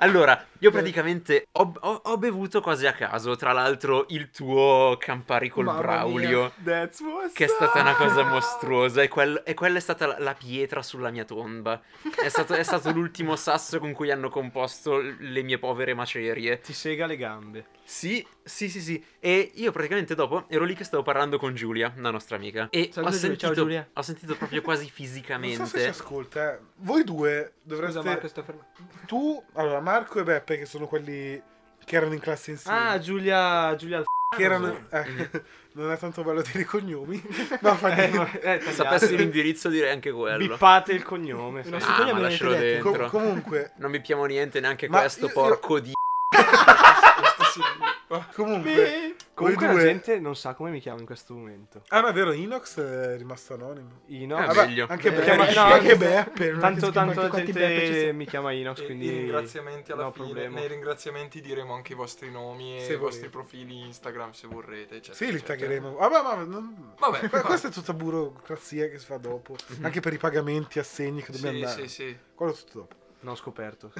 A: allora, io praticamente ho, ho- ho bevuto quasi a caso, tra l'altro il tuo Campari col
E: Mamma mia.
A: Braulio.
F: That's what's
A: Che è stata una cosa
F: up.
A: mostruosa e, quel- e quella è stata la, la pietra sulla mia tomba. È stato, è stato l'ultimo sasso con cui hanno composto le mie povere macerie.
F: Ti sega le gambe.
A: Sì, sì, sì, sì. E io praticamente dopo ero lì che stavo parlando con Giulia, la nostra amica. E
E: Salve
A: ho,
E: Giulia,
A: sentito,
E: ciao Giulia.
A: ho sentito proprio quasi
B: <laughs> Non
A: fisicamente.
B: so se ci ascolta. eh. Voi due dovreste...
E: Scusa Marco, sto fermo.
B: Tu, allora, Marco e Beppe, che sono quelli che erano in classe insieme.
F: Ah, Giulia, Giulia
B: che erano... eh, <laughs> non è tanto bello dire i
F: <laughs>
B: cognomi, ma fa
F: Eh,
B: niente.
F: ma- eh, tagliate.
A: Sapessi l'indirizzo direi anche quello.
F: Bippate il cognome.
E: Il nostro
A: Ah,
E: cognome
A: ma
E: non
A: lascialo
E: avete detto.
A: dentro.
B: Com- comunque,
A: Non mi piamo niente neanche
B: Ma
A: questo,
B: io- io-
A: porco di...
B: comunque...
F: Comunque
B: Voi
F: la
B: due-
F: gente non sa come mi chiamo in questo momento.
B: Ah, no, è vero, Inox è rimasto anonimo.
A: Eh,
F: Inox.
A: vabbè, meglio.
B: anche
E: Eh,
B: Beppe,
E: chiama-
F: no,
B: anche
F: anche-
B: Beppe. non è che
F: tanto
B: si
F: tanto
E: quanti-
F: la
E: quanti Beppe ci
F: gente
E: sono?
F: mi chiama Inox,
D: E
F: quindi
D: I ringraziamenti alla
F: no
D: fine.
F: problema.
D: Nei ringraziamenti diremo anche i vostri nomi e
B: Se
D: i
B: volete.
D: vostri profili Instagram se vorrete. eccetera,
B: Sì, li
D: eccetera.
B: taggeremo. Vabbè, ma non-
D: Cioè, Vabbè,
B: que-
D: vabbè.
B: questa è tutta burocrazia che si fa dopo. Anche per i pagamenti, assegni che dobbiamo
D: Sì,
B: dare.
D: sì, sì.
B: Quello è tutto dopo.
F: Non scoperto.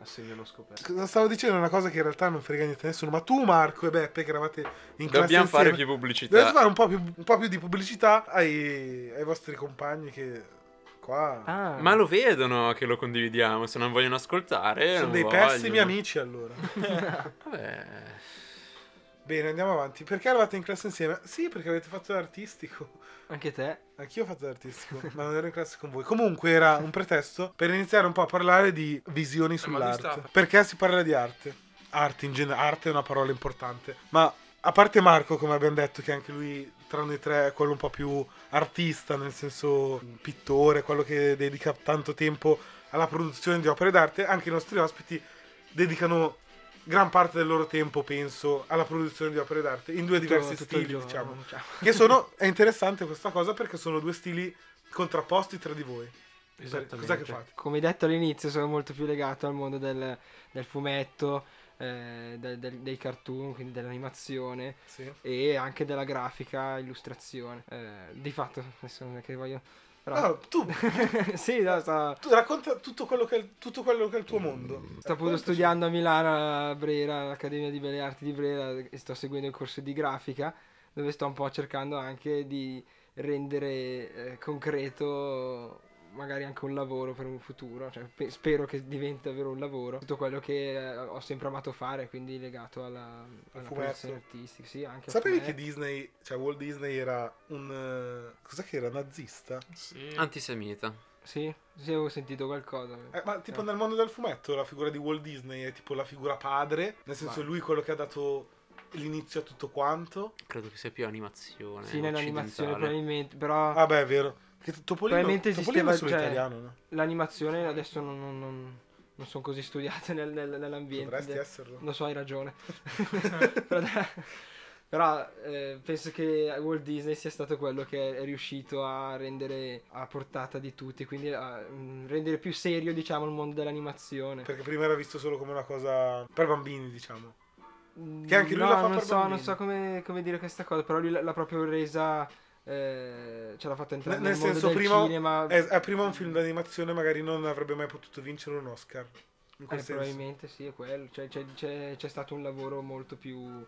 F: Assegno non scoperto.
B: Cosa Stavo dicendo una cosa che in realtà non frega niente a nessuno, ma tu, Marco e Beppe, che eravate in classe
A: Dobbiamo fare
B: insieme,
A: più pubblicità.
B: dovete fare un po' più, un po' più di pubblicità ai, ai vostri compagni che qua
E: Ah.
A: Ma lo vedono che lo condividiamo, se non vogliono ascoltare.
B: sono
A: Eh, non
B: dei
A: vogliono.
B: pessimi amici allora.
A: Vabbè.
B: Bene, andiamo avanti. Perché eravate in classe insieme? Sì, perché avete fatto l'artistico.
E: Anche te.
B: Anch'io ho fatto l'artistico, <laughs> ma non ero in classe con voi. Comunque era un pretesto per iniziare un po' a parlare di visioni
D: ma
B: sull'arte.
D: di sta-
B: Perché si parla di arte? Arte in generale, arte è una parola importante. Ma a parte Marco, come abbiamo detto, che anche lui tra noi tre è quello un po' più artista, nel senso mm, pittore, quello che dedica tanto tempo alla produzione di opere d'arte, anche i nostri ospiti dedicano gran parte del loro tempo, penso, alla produzione di opere d'arte in due diversi
E: Tutto- tutto il
B: stili,
E: giorno,
B: diciamo.
E: diciamo.
B: Che sono. È interessante questa cosa perché sono due stili contrapposti tra di voi. Cos'è che fate?
E: Come detto all'inizio, sono molto più legato al mondo del, del fumetto, eh, del- del- dei cartoon, quindi dell'animazione
B: Sì.
E: e anche della grafica, illustrazione. Eh, di fatto, adesso non è che voglio. però-
B: Allora, Ah, tu,
E: <laughs> sì, no, sto,
B: tu racconta tutto quello, che è, tutto quello che è il tuo mondo.
E: sto appunto
B: Raccontaci.
E: Mm. studiando a Milano, a Brera, all'Accademia di Belle Arti di Brera, e sto seguendo il corso di grafica, dove sto un po' cercando anche di rendere eh, concreto magari anche un lavoro per un futuro, cioè, pe- spero che diventi davvero un lavoro, tutto quello che eh, ho sempre amato fare, quindi legato alla, alla
B: fumetto.
E: produzione artistica, sì, anche al
B: Sapevi che
E: fumetto.
B: Disney, cioè Walt Disney era un. eh, cos'è che era? Nazista?
D: Sì.
A: Antisemita.
E: Sì, sì, avevo sentito qualcosa.
B: Eh, ma tipo
E: Eh.
B: nel mondo del fumetto la figura di Walt Disney è tipo la figura padre, nel senso
E: Ma-
B: lui quello che ha dato l'inizio a tutto quanto.
A: Credo che sia più animazione.
E: Sì, nell'animazione
A: occidentale.
E: probabilmente, però...
B: Ah beh, è vero. Che Topolino,
E: Probabilmente
B: Topolino
E: esisteva
B: è solo
E: già-
B: italiano, no?
E: l'animazione adesso non, non- non- non sono così studiate <laughs> nel- nel- nell'ambiente.
B: Dovresti
E: de-
B: esserlo.
E: Lo so, hai ragione. <laughs> però però, eh, penso che Walt Disney sia stato quello che è riuscito a rendere a portata di tutti, quindi a mm, rendere più serio, diciamo, il mondo dell'animazione.
B: Perché prima era visto solo come una cosa per bambini, diciamo. che anche lui
E: Mm, no,
B: la fa
E: non
B: per
E: so, non
B: bambini.
E: so come, come dire questa cosa, però lui l'ha, l'ha proprio resa... eh, ce l'ha fatta entrare
B: Nel-
E: nel,
B: nel
E: mondo
B: senso,
E: del
B: prima-
E: cinema.
B: Eh, eh, prima un film d'animazione magari non avrebbe mai potuto vincere un Oscar. In
E: Eh,
B: quel senso.
E: probabilmente sì, è quello. Cioè, c'è, c'è- c'è stato un lavoro molto più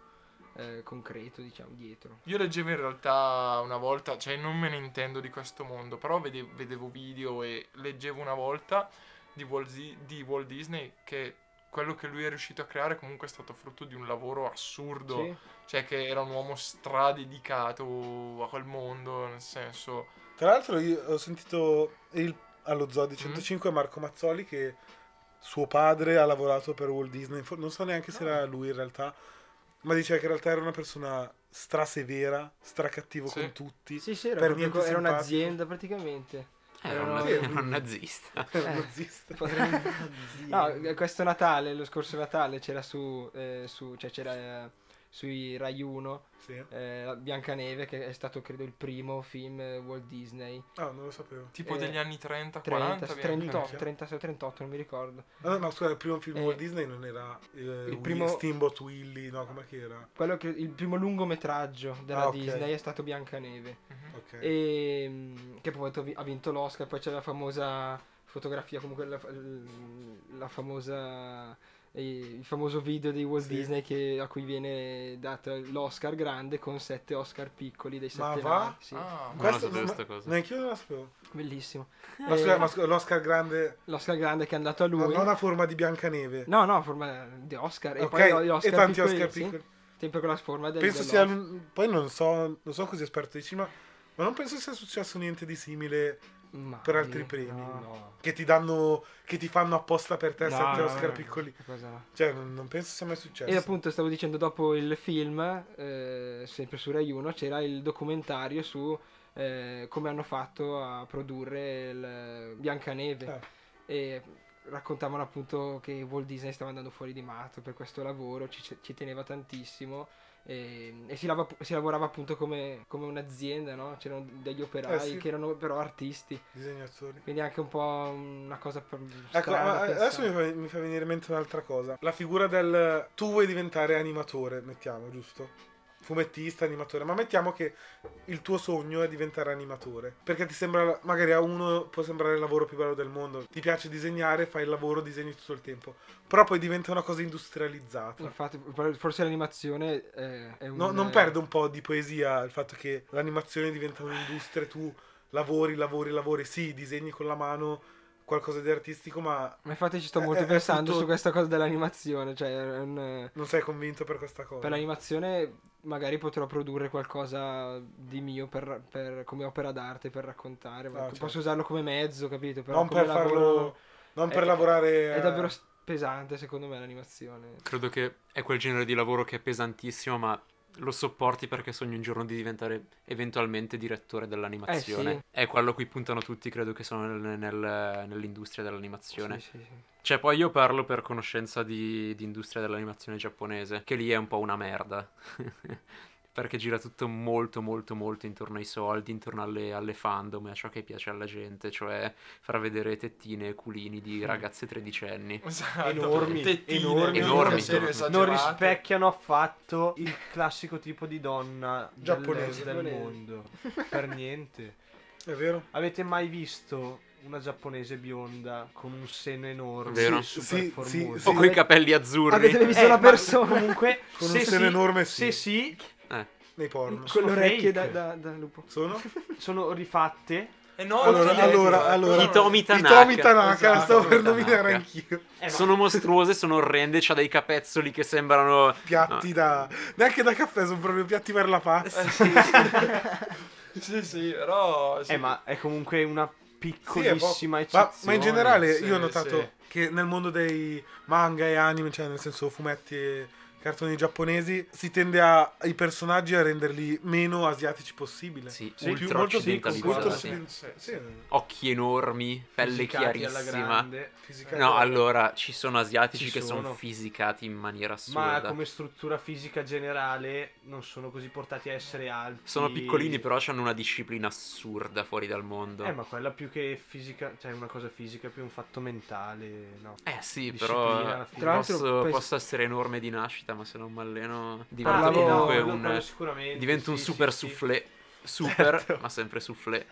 E: eh, eh, concreto, diciamo, dietro.
D: Io leggevo in realtà una volta, cioè non me ne intendo di questo mondo, però vede- vedevo video e leggevo una volta di Walt, Di- di Walt Disney che quello che lui è riuscito a creare comunque è stato frutto di un lavoro assurdo.
E: Sì.
D: cioè che era un uomo stradedicato a quel mondo, nel senso...
B: Tra l'altro io ho sentito il- allo zoo di
D: Mm.
B: 105 Marco Mazzoli che suo padre ha lavorato per Walt Disney, for- non so neanche se era lui in realtà, ma diceva che in realtà era una persona strasevera, stracattivo
D: Sì.
B: con tutti.
E: Sì, sì, era,
B: Per
E: proprio
B: niente
E: co- era
B: simpatico.
E: un'azienda praticamente.
A: Eh, Era un,
E: Era-
B: Eh,
A: era un nazista.
B: Era
E: Eh.
B: nazista. <laughs>
E: No, questo Natale, lo scorso Natale c'era su, eh, su- cioè c'era eh, sui Rai 1
B: Sì.
E: eh, la Biancaneve che è stato credo il primo film eh, Walt Disney
B: Ah, non lo sapevo.
D: Tipo
E: Eh,
D: degli anni 30, 40,
E: 30,
D: bianco.
E: 38, 36 38 non mi ricordo.
B: Ah, no, scusa, il primo film
E: Eh.
B: Walt Disney non era eh, Willy-
E: primo-
B: Steamboat Willy, no, com'è che era?
E: Quello che il primo lungometraggio della
B: Ah, ok.
E: Disney è stato Biancaneve
D: Mhm.
B: Ok.
E: e mm, che poi ha vi- ha vinto l'Oscar, poi c'è la famosa fotografia, comunque la, fa- l- la famosa eh, il famoso video di Walt
B: Sì.
E: Disney che- a cui viene dato l'Oscar grande con sette Oscar piccoli dei
B: Ma
E: sette
B: va?
E: vari, sì,
D: Ah,
A: Non la sapevo sta cosa.
B: Neanche io non la sapevo.
E: bellissimo.
B: Ma
E: Eh,
B: scusa, ma scusa, l'Oscar grande
E: L'Oscar grande che è andato a
B: no,
E: lui.
B: non ha forma di Biancaneve.
E: No, no, forma di Oscar e
B: ok,
E: poi gli Oscar
B: e tanti
E: piccoli,
B: Oscar
E: sì,
B: piccoli.
E: sempre con la forma del
B: Penso
E: del
B: sia.
E: Oscar.
B: un- Poi non so, non sono così esperto di cinema, ma non penso sia successo niente di simile
E: Ma-
B: per altri premi.
E: no.
F: No.
B: Che ti danno. che ti fanno apposta per te
E: No,
B: sette
E: no,
B: Oscar
E: no,
B: piccoli.
E: questa cosa no.
B: Cioè, non, non penso sia mai successo.
E: E appunto stavo dicendo dopo il film, eh, sempre su Rai 1, c'era il documentario su eh, come hanno fatto a produrre il Biancaneve
B: Ah.
E: e raccontavano appunto che Walt Disney stava andando fuori di matto per questo lavoro, ci, ci teneva tantissimo e, e si, lava- si lavorava appunto come, come un'zienda, no? c'erano degli operai
B: Eh, sì.
E: che erano però artisti,
B: Disegnatori.
E: quindi anche un po' una cosa per...
B: Ecco,
E: strana
B: ah,
E: da
B: adesso
E: pensare.
B: mi fa, mi fa venire in mente un'altra cosa. La figura del tu vuoi diventare animatore, mettiamo, giusto? Fumettista, animatore, ma mettiamo che il tuo sogno è diventare animatore. Perché ti sembra, magari a uno può sembrare il lavoro più bello del mondo. Ti piace disegnare, fai il lavoro, disegni tutto il tempo. Però poi diventa una cosa industrializzata.
E: Infatti, forse l'animazione eh, è un...
B: No, non
E: eh,
B: perde un po' di poesia il fatto che l'animazione diventa un'industria, tu lavori, lavori, lavori. Sì, disegni con la mano qualcosa di artistico, ma
E: Ma infatti ci sto
B: È-
E: molto
B: è- è
E: pensando
B: tutto-
E: su questa cosa dell'animazione, cioè è un-
B: non sei convinto per questa cosa.
E: per l'animazione magari potrò produrre qualcosa di mio per, per- come opera d'arte per raccontare, ma
B: Ah,
E: posso
B: certo.
E: usarlo come mezzo, capito? Però
B: non
E: come
B: per farlo
E: lavoro
B: non
E: è-
B: per lavorare
E: È
B: eh,
E: davvero s- pesante secondo me l'animazione.
A: Credo che è quel genere di lavoro che è pesantissimo, ma lo sopporti perché sogni un giorno di diventare eventualmente direttore dell'animazione.
E: Eh, sì.
A: È quello a cui puntano tutti, credo che sono nel- nel- nell'industria dell'animazione.
E: Sì, sì, sì.
A: Cioè, poi io parlo per conoscenza di, di industria dell'animazione giapponese, che lì è un po' una merda. <laughs> Perché gira tutto molto, molto, molto intorno ai soldi, intorno alle, alle fandom, a ciò che piace alla gente, cioè far vedere tettine e culini di ragazze tredicenni.
D: Esatto.
E: eh,
F: Enormi,
D: Tettine,
F: enormi,
A: enormi.
D: serio,
A: Non
F: Non
D: esagerate.
F: rispecchiano affatto il classico tipo di donna del-
B: Giapponese.
F: del,
E: Giapponese.
F: mondo. Per niente.
B: è vero
F: Avete mai visto una giapponese bionda con un seno enorme?
A: Vero.
F: Super
B: Sì, sì,
F: formoso?
B: sì.
A: O coi
E: avete-
A: capelli azzurri.
E: Avete mai visto
F: Eh,
E: la
F: ma
E: persona?
F: Comunque,
B: Con un
F: se
B: seno
F: sì,
B: enorme, sì.
F: se sì,
A: Eh.
B: nei porno
E: Con le
F: sono
E: orecchie da,
F: fake.
E: da- da lupo.
B: sono
F: sono rifatte.
D: Eh no,
B: Allora,
D: ti-
B: allora,
D: eh,
B: allora.
A: Hitomi
B: i
A: Tanaka.
B: Tomi Tanaka
D: Esatto,
B: stavo per
A: Tanaka.
B: nominare anch'io
F: Eh, ma-
A: Sono mostruose, sono orrende, c'ha dei capezzoli che sembrano...
B: piatti da neanche da caffè sono proprio piatti per la
D: Eh,
B: pasta
D: <laughs> Sì, sì, però... sì.
F: eh, ma è comunque una
B: Sì, è po-
F: piccolissima
B: ma,
F: eccezione.
B: ma in generale
D: sì,
B: io ho notato
D: sì.
B: che nel mondo dei manga e anime cioè nel senso fumetti e cartoni giapponesi si tende a, ai personaggi a renderli meno asiatici possibile
A: Sì,
B: Un più-
A: ultra
B: molto- molto
A: occidentalizzati.
B: occident- sì.
A: Occhi enormi, pelle
F: Fisicati alla
A: chiarissima.
F: grande. Cioè,
B: Fisicamente.
A: No, allora, ci sono asiatici
F: Ci
A: che sono.
F: sono.
A: fisicati in maniera
F: Ma
A: assurda.
F: come struttura fisica generale non sono così portati a essere alti.
A: Sono piccolini, però hanno una disciplina assurda fuori dal mondo.
F: Eh, ma quella più che fisica, cioè una cosa fisica, è più un fatto mentale, no?
A: Eh, sì,
F: Disciplina,
A: però
F: alla fine.
E: Tra l'altro
A: posso,
E: penso-
A: posso essere enorme di nascita, ma se non mi alleno divento
E: Parlavo-
A: comunque
F: quello-
A: un,
F: quello sicuramente,
A: divento un
F: sì,
A: super
F: sì, sì.
A: soufflé. super, ma sempre soufflé.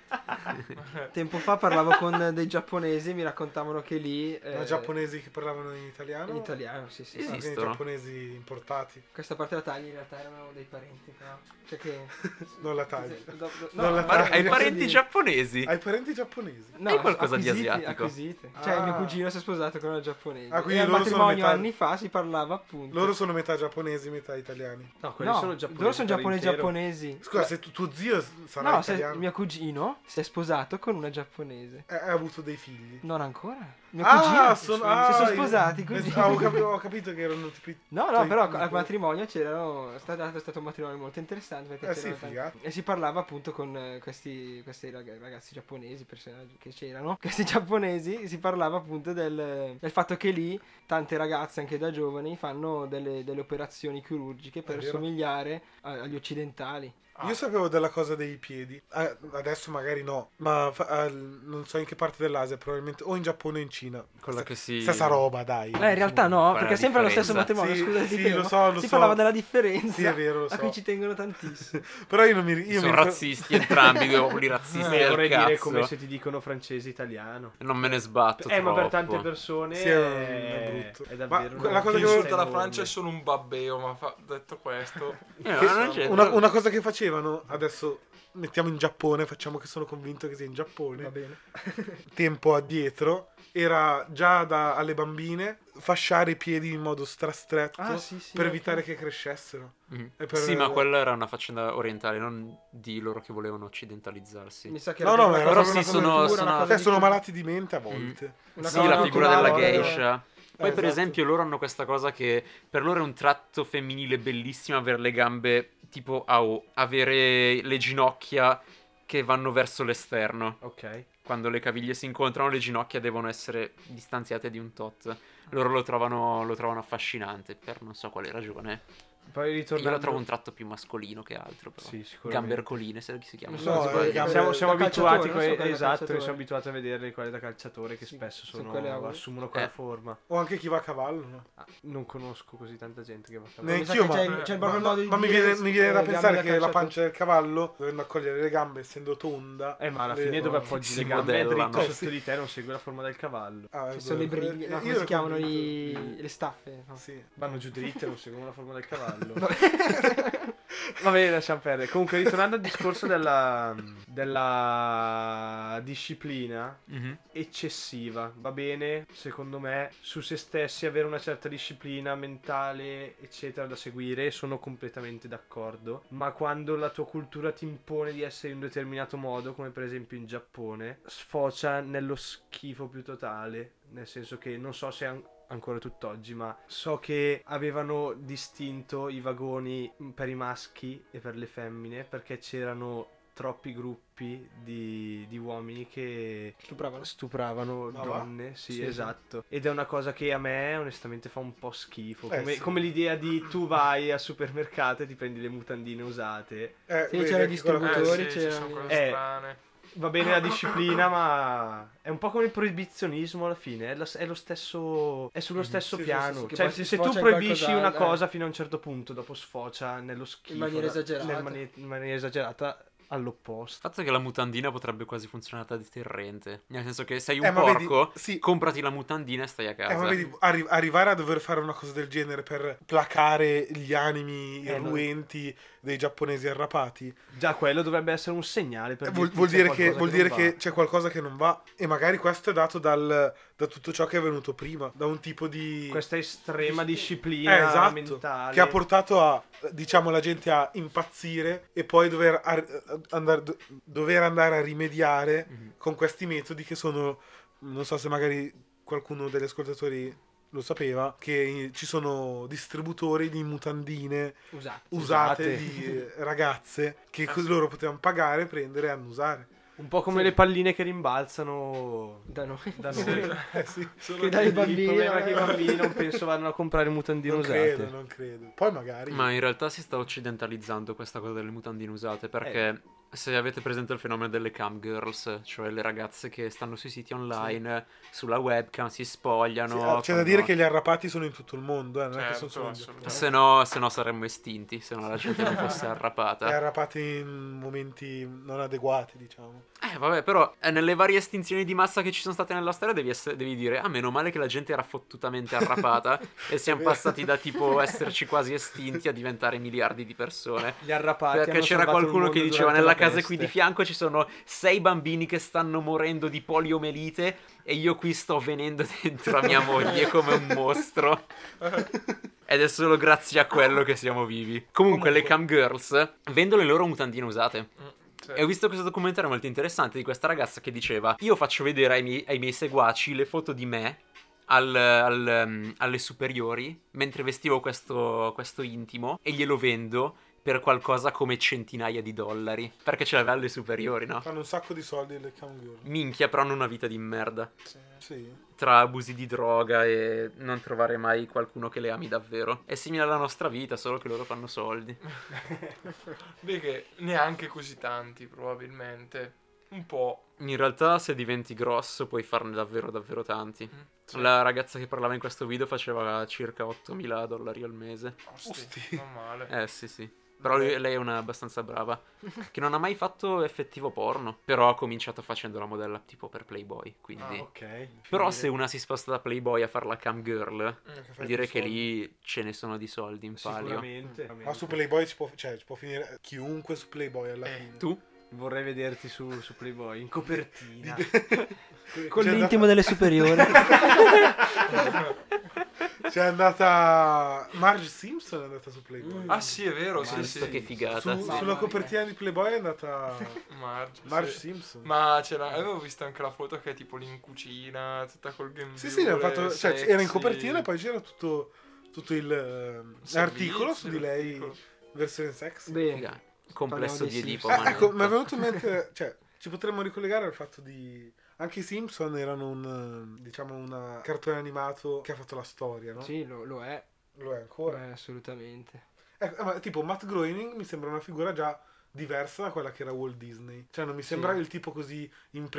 E: Tempo fa parlavo con dei giapponesi, mi raccontavano che lì...
B: Ma
E: eh,
B: giapponesi che parlavano in italiano?
E: In italiano, sì, sì.
B: Ah,
E: sì.
B: quindi
A: Esistono.
B: giapponesi importati.
E: Questa parte la tagli in realtà erano dei parenti, però. Cioè che...
B: <laughs> Non la tagli.
E: Do- do-
B: Non la tagli.
E: cosa
A: Hai
B: Cosa
A: parenti
E: di-
A: giapponesi?
B: Hai parenti giapponesi?
E: No,
A: Hai qualcosa di
E: acquisiti-
A: asiatico?
E: acquisiti. Cioè,
B: Ah.
E: mio cugino si è sposato con una giapponese.
B: Ah, quindi
E: e al
B: loro sono
E: matrimonio
B: metà-
E: anni fa si parlava appunto.
B: Loro sono metà giapponesi, metà italiani.
F: No, quelli
E: no,
F: sono giapponesi.
E: loro sono
F: per
E: giapponesi
F: intero.
E: giapponesi.
B: Scusa, se tu, tuo zio sarà
E: No, se-
B: italiano,
E: mio cugino si è sposato con una giapponese.
B: eh, ha avuto dei figli.
E: Non ancora. Mio
B: ah,
E: cugino
B: sono,
E: si
B: ah,
E: sono sposati così.
B: Ah, ho, capi- ho capito che erano tipi...
E: No, no,
B: Cioè,
E: però
B: comunque-
E: al matrimonio c'erano. È stato, è stato un matrimonio molto interessante. Perché
B: Eh
E: c'erano
B: sì,
E: tanti-
B: figa.
E: E si parlava appunto con eh, questi, questi rag- ragazzi giapponesi, personaggi che c'erano. <laughs> Questi giapponesi si parlava appunto del, del fatto che lì tante ragazze, anche da giovani, fanno delle, delle operazioni chirurgiche per
B: Ah, vero.
E: somigliare a- agli occidentali.
D: Ah,
B: Io sapevo della cosa dei piedi, Ah, adesso magari no, ma fa- ah, non so in che parte dell'Asia, probabilmente o in Giappone o in Cina.
A: Quella che si-
B: Stessa roba, dai.
E: Eh, in realtà
A: Qual
E: no,
A: è
E: perché è
A: la
E: sempre lo stesso
A: differenza?
E: matrimonio.
B: Esatto. Sì, sì,
E: Cioè, scusa, ti fermo.
B: lo so, lo
E: si
B: so.
E: parlava della differenza.
B: Sì, è vero, lo
E: A cui
B: so.
E: ci tengono tantissimo.
B: <laughs> Però io non mi... Io mi
A: Sono
B: ricor- <laughs>
A: razzisti entrambi, due popoli razzisti
F: Eh,
A: del
F: vorrei dire
A: cazzo.
F: come se ti dicono francese italiano.
A: Non me ne sbatto
F: eh, ma per
A: troppo.
F: tante persone
B: Sì, è-
F: è,
B: è brutto.
F: è davvero.
B: Ma
F: una
B: la cosa che
D: Io
F: crisi
B: volevo-
D: tutta la
F: enorme.
D: Francia è solo un babbeo, ma fa- detto questo...
A: Eh, ma non c'è-
B: Una, una cosa che facevano, adesso mettiamo in Giappone, facciamo che sono convinto che sia in Giappone.
E: Va bene.
B: tempo addietro era già da, alle bambine fasciare i piedi in modo strastretto
E: Ah, sì, sì,
B: per
E: anche.
B: evitare che crescessero.
A: Mhm.
B: E Eh, per-
A: Sì, ma quella era una faccenda orientale, non di loro che volevano occidentalizzarsi.
E: Mi sa che
B: No,
E: era
B: no,
E: proprio
B: ma
E: una
B: era
E: cosa
B: proprio
E: di
A: una
E: cultura,
A: sono-
E: una cosa
B: Cioè,
E: di
B: sono
E: cultura.
B: malati di mente a volte.
E: Una
A: Sì,
E: cosa
A: la figura della
E: naturale.
A: geisha. Mm. Poi,
B: Eh,
A: per
B: esatto.
A: esempio, loro hanno questa cosa che per loro è un tratto femminile bellissimo avere le gambe tipo a O, avere le ginocchia che vanno verso l'esterno.
F: Ok.
A: Quando le caviglie si incontrano, le ginocchia devono essere distanziate di un tot. Loro lo trovano, lo trovano affascinante, per non so quale ragione.
F: Poi
A: Io
F: ritornando.
A: lo trovo un tratto più mascolino che altro, però.
F: Sì, sicuramente.
A: Gambe ercoline, se si chiama.
E: Non
B: No,
E: se
B: eh,
E: quelle-
B: gambe-
F: Siamo, siamo
E: da
F: abituati,
E: calciatore,
F: que-
E: non so quelle da
F: esatto,
E: calciatore.
F: siamo abituati a vederle quelle da calciatore che
E: Sì,
F: spesso
E: sono
F: sono,
E: quelle a-
F: assumono quella
A: Eh.
F: forma.
B: O anche chi va a cavallo. no?
F: Ah, non conosco così tanta gente che va a cavallo.
E: Ne-
B: Neanch'io,
E: Cioè, che
B: ma,
E: c'è- c'è proprio
B: ma-
E: il modo di
B: ma mi
E: dire,
B: viene, mi viene da
E: eh,
B: pensare
E: gambe da
B: che la
E: calciatore.
B: pancia del cavallo, dovendo accogliere le gambe, essendo tonda...
F: Eh, ma alla
B: le-
F: fine dove
B: no.
F: appoggi
A: Si
F: le gambe
A: modellano.
F: dritto
B: Eh,
F: sotto
B: sì.
F: di te non segue la forma del cavallo.
B: Ah,
E: Ci
B: è
E: sono i
B: vero.
E: brividi, no,
B: Io
E: come
B: ero
E: si chiamano i-
B: convinto-
E: le staffe? no?
B: Sì. Eh,
F: Vanno giù dritte, non seguono la forma del cavallo. Va bene, lasciamo perdere. Comunque, ritornando al discorso della, della disciplina
A: <laughs> Mhm.
F: eccessiva, va bene, secondo me, su se stessi avere una certa disciplina mentale, eccetera, da seguire, sono completamente d'accordo. Ma quando la tua cultura ti impone di essere in un determinato modo, come per esempio in Giappone, sfocia nello schifo più totale. Nel senso che non so se an- ancora tutt'oggi, ma so che avevano distinto i vagoni per i maschi e per le femmine perché c'erano troppi gruppi di, di uomini che
E: Stupravano.
F: stupravano
B: Ma va?
F: donne, sì,
B: Sì.
F: esatto. Ed è una cosa che a me onestamente fa un po' schifo,
B: Eh,
F: come,
B: sì.
F: come l'idea di tu vai al supermercato e ti prendi le mutandine usate.
B: Eh,
E: Sì,
B: vedi
E: c'erano i
B: anche quella-
E: distributori.
B: eh, sì.
D: sì,
E: Motori
D: ci
E: c'erano.
D: sono cose
F: Eh.
D: strane.
F: Va bene la disciplina, ma è un po' come il proibizionismo alla fine, è, la- è lo stesso è sullo
B: Mhm,
F: stesso
B: sì, sì,
F: piano.
E: sì, che
F: cioè,
E: poi si
F: se, se tu
E: sfocia in
F: proibisci
E: qualcos'altro,
F: una
E: eh.
F: cosa fino a un certo punto, dopo sfocia nello schifo,
E: maniera
F: da-
E: esagerata.
F: nel mani- in maniera esagerata
A: Il
F: all'opposto.
A: fatto è che la mutandina potrebbe quasi funzionare da deterrente. Nel senso che sei un
B: Eh, ma vedi,
A: porco,
B: sì.
A: comprati la mutandina e stai a casa.
B: Eh, ma vedi, arri- arrivare a dover fare una cosa del genere per placare gli animi
F: Eh, no.
B: irruenti dei giapponesi arrapati
E: Cioè,
F: Già quello dovrebbe essere un segnale per
B: eh, vuol,
F: dirti
B: vuol
F: c'è
B: dire, che,
F: qualcosa
B: vuol dire
F: non
B: che
F: va.
B: c'è qualcosa che non va. E magari questo è dato dal- da tutto ciò che è venuto prima, da un tipo di.
F: questa estrema
B: Eh,
F: disciplina
B: esatto,
F: mentale
B: che ha portato a, diciamo, la gente a impazzire e poi dover, ar- andar- do- dover andare a rimediare
A: Mhm.
B: con questi metodi che sono, non so se magari qualcuno degli ascoltatori lo sapeva, che ci sono distributori di mutandine
E: Usate.
B: usate
F: Usate.
B: di ragazze che co- loro potevano pagare, prendere e annusare.
F: un po' come
E: Sì.
F: le palline che rimbalzano
E: Da noi. <laughs>
F: da
D: Sì.
F: noi
B: <laughs> Eh sì,
D: Solo
E: Che
D: che
E: dai
F: Il
E: bambini,
F: problema è
E: eh.
F: che i bambini non penso vanno a comprare mutandine
B: non
F: usate
B: credo, non credo. Poi magari...
A: Ma in realtà si sta occidentalizzando questa cosa delle mutandine usate perché
B: Eh.
A: se avete presente il fenomeno delle cam girls, cioè le ragazze che stanno sui siti online, sulla webcam, si
B: Sì,
A: spogliano.
B: ah, c'è da
A: fanno-
B: dire che gli arrapati sono in tutto il mondo, eh, non è che sono
D: Certo,
B: solo gli
D: assolutamente.
A: Se no, se no saremmo estinti, se no la gente non
B: <laughs>
A: fosse
D: Esatto.
B: gli
A: arrapata.
B: arrapati in momenti non adeguati, diciamo.
A: Eh, vabbè, però eh, nelle varie estinzioni di massa che ci sono state nella storia devi, essere- devi dire, ah, meno male che la gente era fottutamente
F: <laughs>
A: arrapata e siamo passati da tipo esserci quasi estinti a diventare miliardi di persone.
F: Gli arrapati.
A: Perché
F: hanno
A: c'era
F: salvato il
A: qualcuno
F: mondo
A: che diceva
F: durante
A: nella
F: la
A: casa qui di
F: peste."
A: fianco ci sono sei bambini che stanno morendo di poliomelite e io qui sto venendo dentro a mia
F: <laughs>
A: moglie come un mostro. Ed è solo grazie a quello che siamo vivi. Comunque, le cam girls vendono le loro mutandine usate.
D: Mm,
A: E ho visto questo documentario molto interessante di questa ragazza che diceva: Io faccio vedere ai miei, ai miei seguaci le foto di me al- al, um, alle superiori mentre vestivo questo, questo intimo e glielo vendo per qualcosa come centinaia di dollari. Perché ce l'aveva alle superiori,
D: Ah.
A: no?
B: Fanno un sacco di soldi le cam
D: Mm.
B: girl.
A: Minchia, però hanno una vita di merda.
B: Sì.
A: Tra abusi di droga e non trovare mai qualcuno che le ami davvero. È simile alla nostra vita, solo che loro fanno soldi.
D: Beh, che neanche così tanti, probabilmente. Un po'.
A: In realtà, se diventi grosso, puoi farne davvero, davvero tanti.
D: Mm, Sì.
A: La ragazza che parlava in questo video faceva circa 8.000 dollari al mese.
D: Osti,
B: Osti.
D: non male.
A: Eh sì, sì. Però lui- lei è una abbastanza brava. Che non ha mai fatto effettivo porno. Però ha cominciato facendo la modella tipo per Playboy. Quindi.
F: Ah, ok.
A: Però se una si sposta da Playboy a far la cam girl,
D: Mm,
A: vuol dire che lì ce ne sono di soldi in palio.
F: Sicuramente.
B: Ma su Playboy ci può, cioè, ci può finire chiunque su Playboy alla
D: Eh,
B: fine.
A: Tu?
F: Vorrei vederti su, su Playboy in copertina.
B: Con C'è l'intimo
E: delle
B: <laughs>
E: superiori.
B: C'è Cioè, andata. Marge Simpson è andata su Playboy.
D: Ah sì, è vero, sì,
A: Mazza
D: sì.
A: che figata.
B: Su-
A: sì.
B: sulla copertina di Playboy è
D: <laughs>
B: andata.
D: Marge,
B: Marge
D: sì.
B: Simpson.
D: Ma c'era, avevo visto anche la foto che è tipo lì in cucina, tutta col game
B: Sì, sì, l'ha
D: viewer,
B: fatto, cioè,
D: sexy.
B: era in copertina e poi c'era tutto, tutto il ehm,
D: Servizio,
B: articolo su di lei,
D: l'articolo.
B: versione sex.
E: Bene.
A: Figa. Complesso
E: Parliamo
A: di
E: dei
A: Edipo.
E: Simpson.
B: Ah, ecco, mi è
A: Manuel.
B: venuto in mente, cioè, ci potremmo ricollegare al fatto di... Anche i Simpson erano un, eh, diciamo, un cartone animato che ha fatto la storia, no?
E: Sì, Eh. lo, lo è,
B: Lo è
E: lo
B: ancora.
E: è assolutamente.
B: Ecco, eh, ma tipo Matt Groening mi sembra una figura già diversa da quella che era Walt Disney. Cioè, non mi sembra il tipo così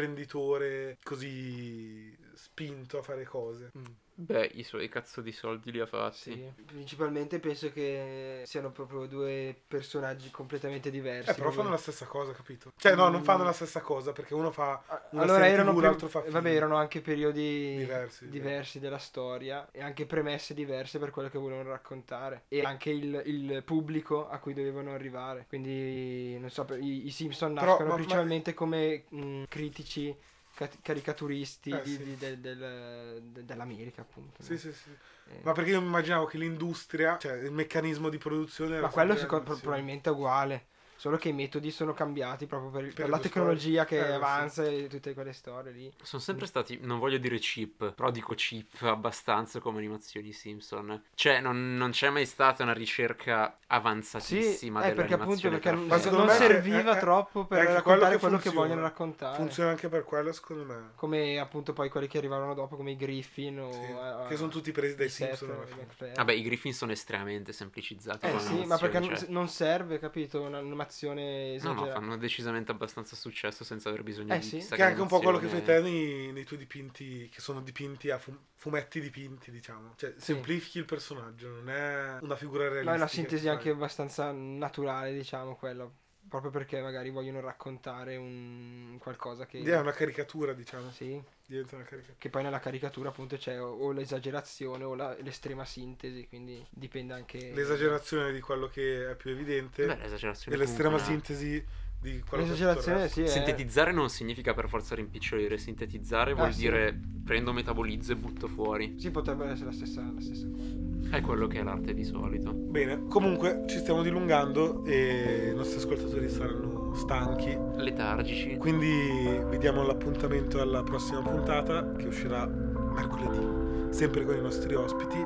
B: imprenditore, così spinto a fare cose.
E: Mm.
A: Beh, i suoi cazzo di soldi li ha fatti.
E: Sì. Principalmente penso che siano proprio due personaggi completamente diversi.
B: Eh, però fanno
E: proprio.
B: la stessa cosa, capito? Cioè, no, non
E: Mm.
B: fanno la stessa cosa, perché uno fa una
E: allora
B: serie
E: erano,
B: TV,
E: pre-
B: l'altro fa film.
E: vabbè, erano anche periodi
B: Diversi,
E: diversi, della storia e anche premesse diverse per quello che volevano raccontare e anche il, il pubblico a cui dovevano arrivare. Quindi, non so, per- i, i Simpson
B: Però,
E: nascono
B: ma- ma-
E: principalmente come mh, critici ca- caricaturisti
B: Eh,
E: di-
B: sì.
E: di- del- del- de- dell'America, appunto.
B: Sì,
E: no?
B: sì, sì.
E: Eh,
B: Ma perché io mi immaginavo che l'industria, cioè il meccanismo di produzione era
E: ma quello
B: sempre
E: secondo-
B: la produzione.
E: probabilmente è uguale. Solo che i metodi sono cambiati proprio per, per
B: le
E: la
B: storie.
E: tecnologia che
B: Eh, sì.
E: avanza e tutte quelle storie lì.
A: Sono sempre stati, non voglio dire cheap, però dico cheap abbastanza come animazioni Simpson. Cioè, non, non c'è mai stata una ricerca avanzatissima
E: eh,
A: della
E: perché appunto perché
B: Ma
E: non,
B: secondo
E: non
B: me-
E: serviva
B: eh, eh,
E: troppo per
B: è anche
E: raccontare
B: quello
E: quello
B: che
E: che,
B: funziona.
E: vogliono raccontare.
B: Funziona anche per quello, secondo me.
E: Come appunto poi quelli che arrivarono dopo, come i Griffin o...
B: Sì,
E: eh,
B: che sono tutti presi dai
E: i Seth,
B: Simpson alla fine.
E: McFly.
A: Vabbè, i Griffin sono estremamente semplicizzati.
E: Eh
A: come
E: sì, ma perché
A: animazioni, cioè.
E: non- non serve, capito, un'animazione
A: No, no,
E: esagerata.
A: fanno decisamente abbastanza successo senza aver bisogno
E: Eh
A: di
E: sì.
A: chissà
B: Che è anche un po' quello che fai
A: animazione.
B: te nei, nei tuoi dipinti, che sono dipinti a fum- fumetti dipinti, diciamo. Cioè, semplifichi il personaggio, non è una figura realistica. cioè.
E: Ma è una sintesi
B: che
E: anche
B: fai.
E: abbastanza naturale, diciamo, quella. Proprio perché magari vogliono raccontare un qualcosa che...
B: È una caricatura, diciamo.
E: Sì,
B: Diventa una caricatura.
E: che poi nella caricatura appunto c'è o, o l'esagerazione o la- l'estrema sintesi, quindi dipende anche...
B: L'esagerazione di quello che è più evidente,
A: Beh, l'esagerazione
B: dell'estrema
A: comunque, no.
B: sintesi di quello che è tutto il
E: L'esagerazione
B: resto.
E: sì, eh. è...
A: Sintetizzare non significa per forza rimpicciolire, sintetizzare vuol
E: Ah, sì.
A: dire prendo metabolizzo e butto fuori.
E: Sì, potrebbe essere la stessa, la stessa cosa.
A: È quello che è l'arte di solito.
B: Bene, comunque ci stiamo dilungando e i nostri ascoltatori saranno stanchi.
A: Letargici.
B: Quindi vi diamo l'appuntamento alla prossima puntata che uscirà mercoledì, sempre con i nostri ospiti,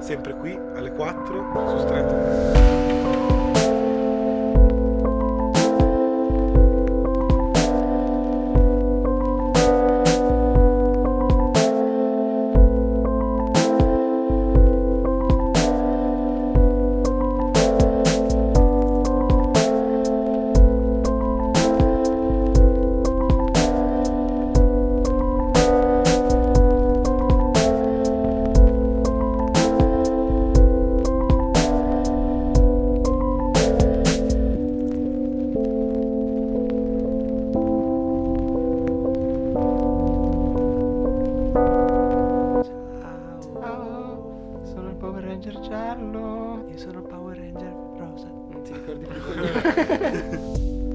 B: sempre qui alle 4 su Stretto.
E: Ranger giallo. Io sono il Power Ranger rosa. Non ti ricordi più quello?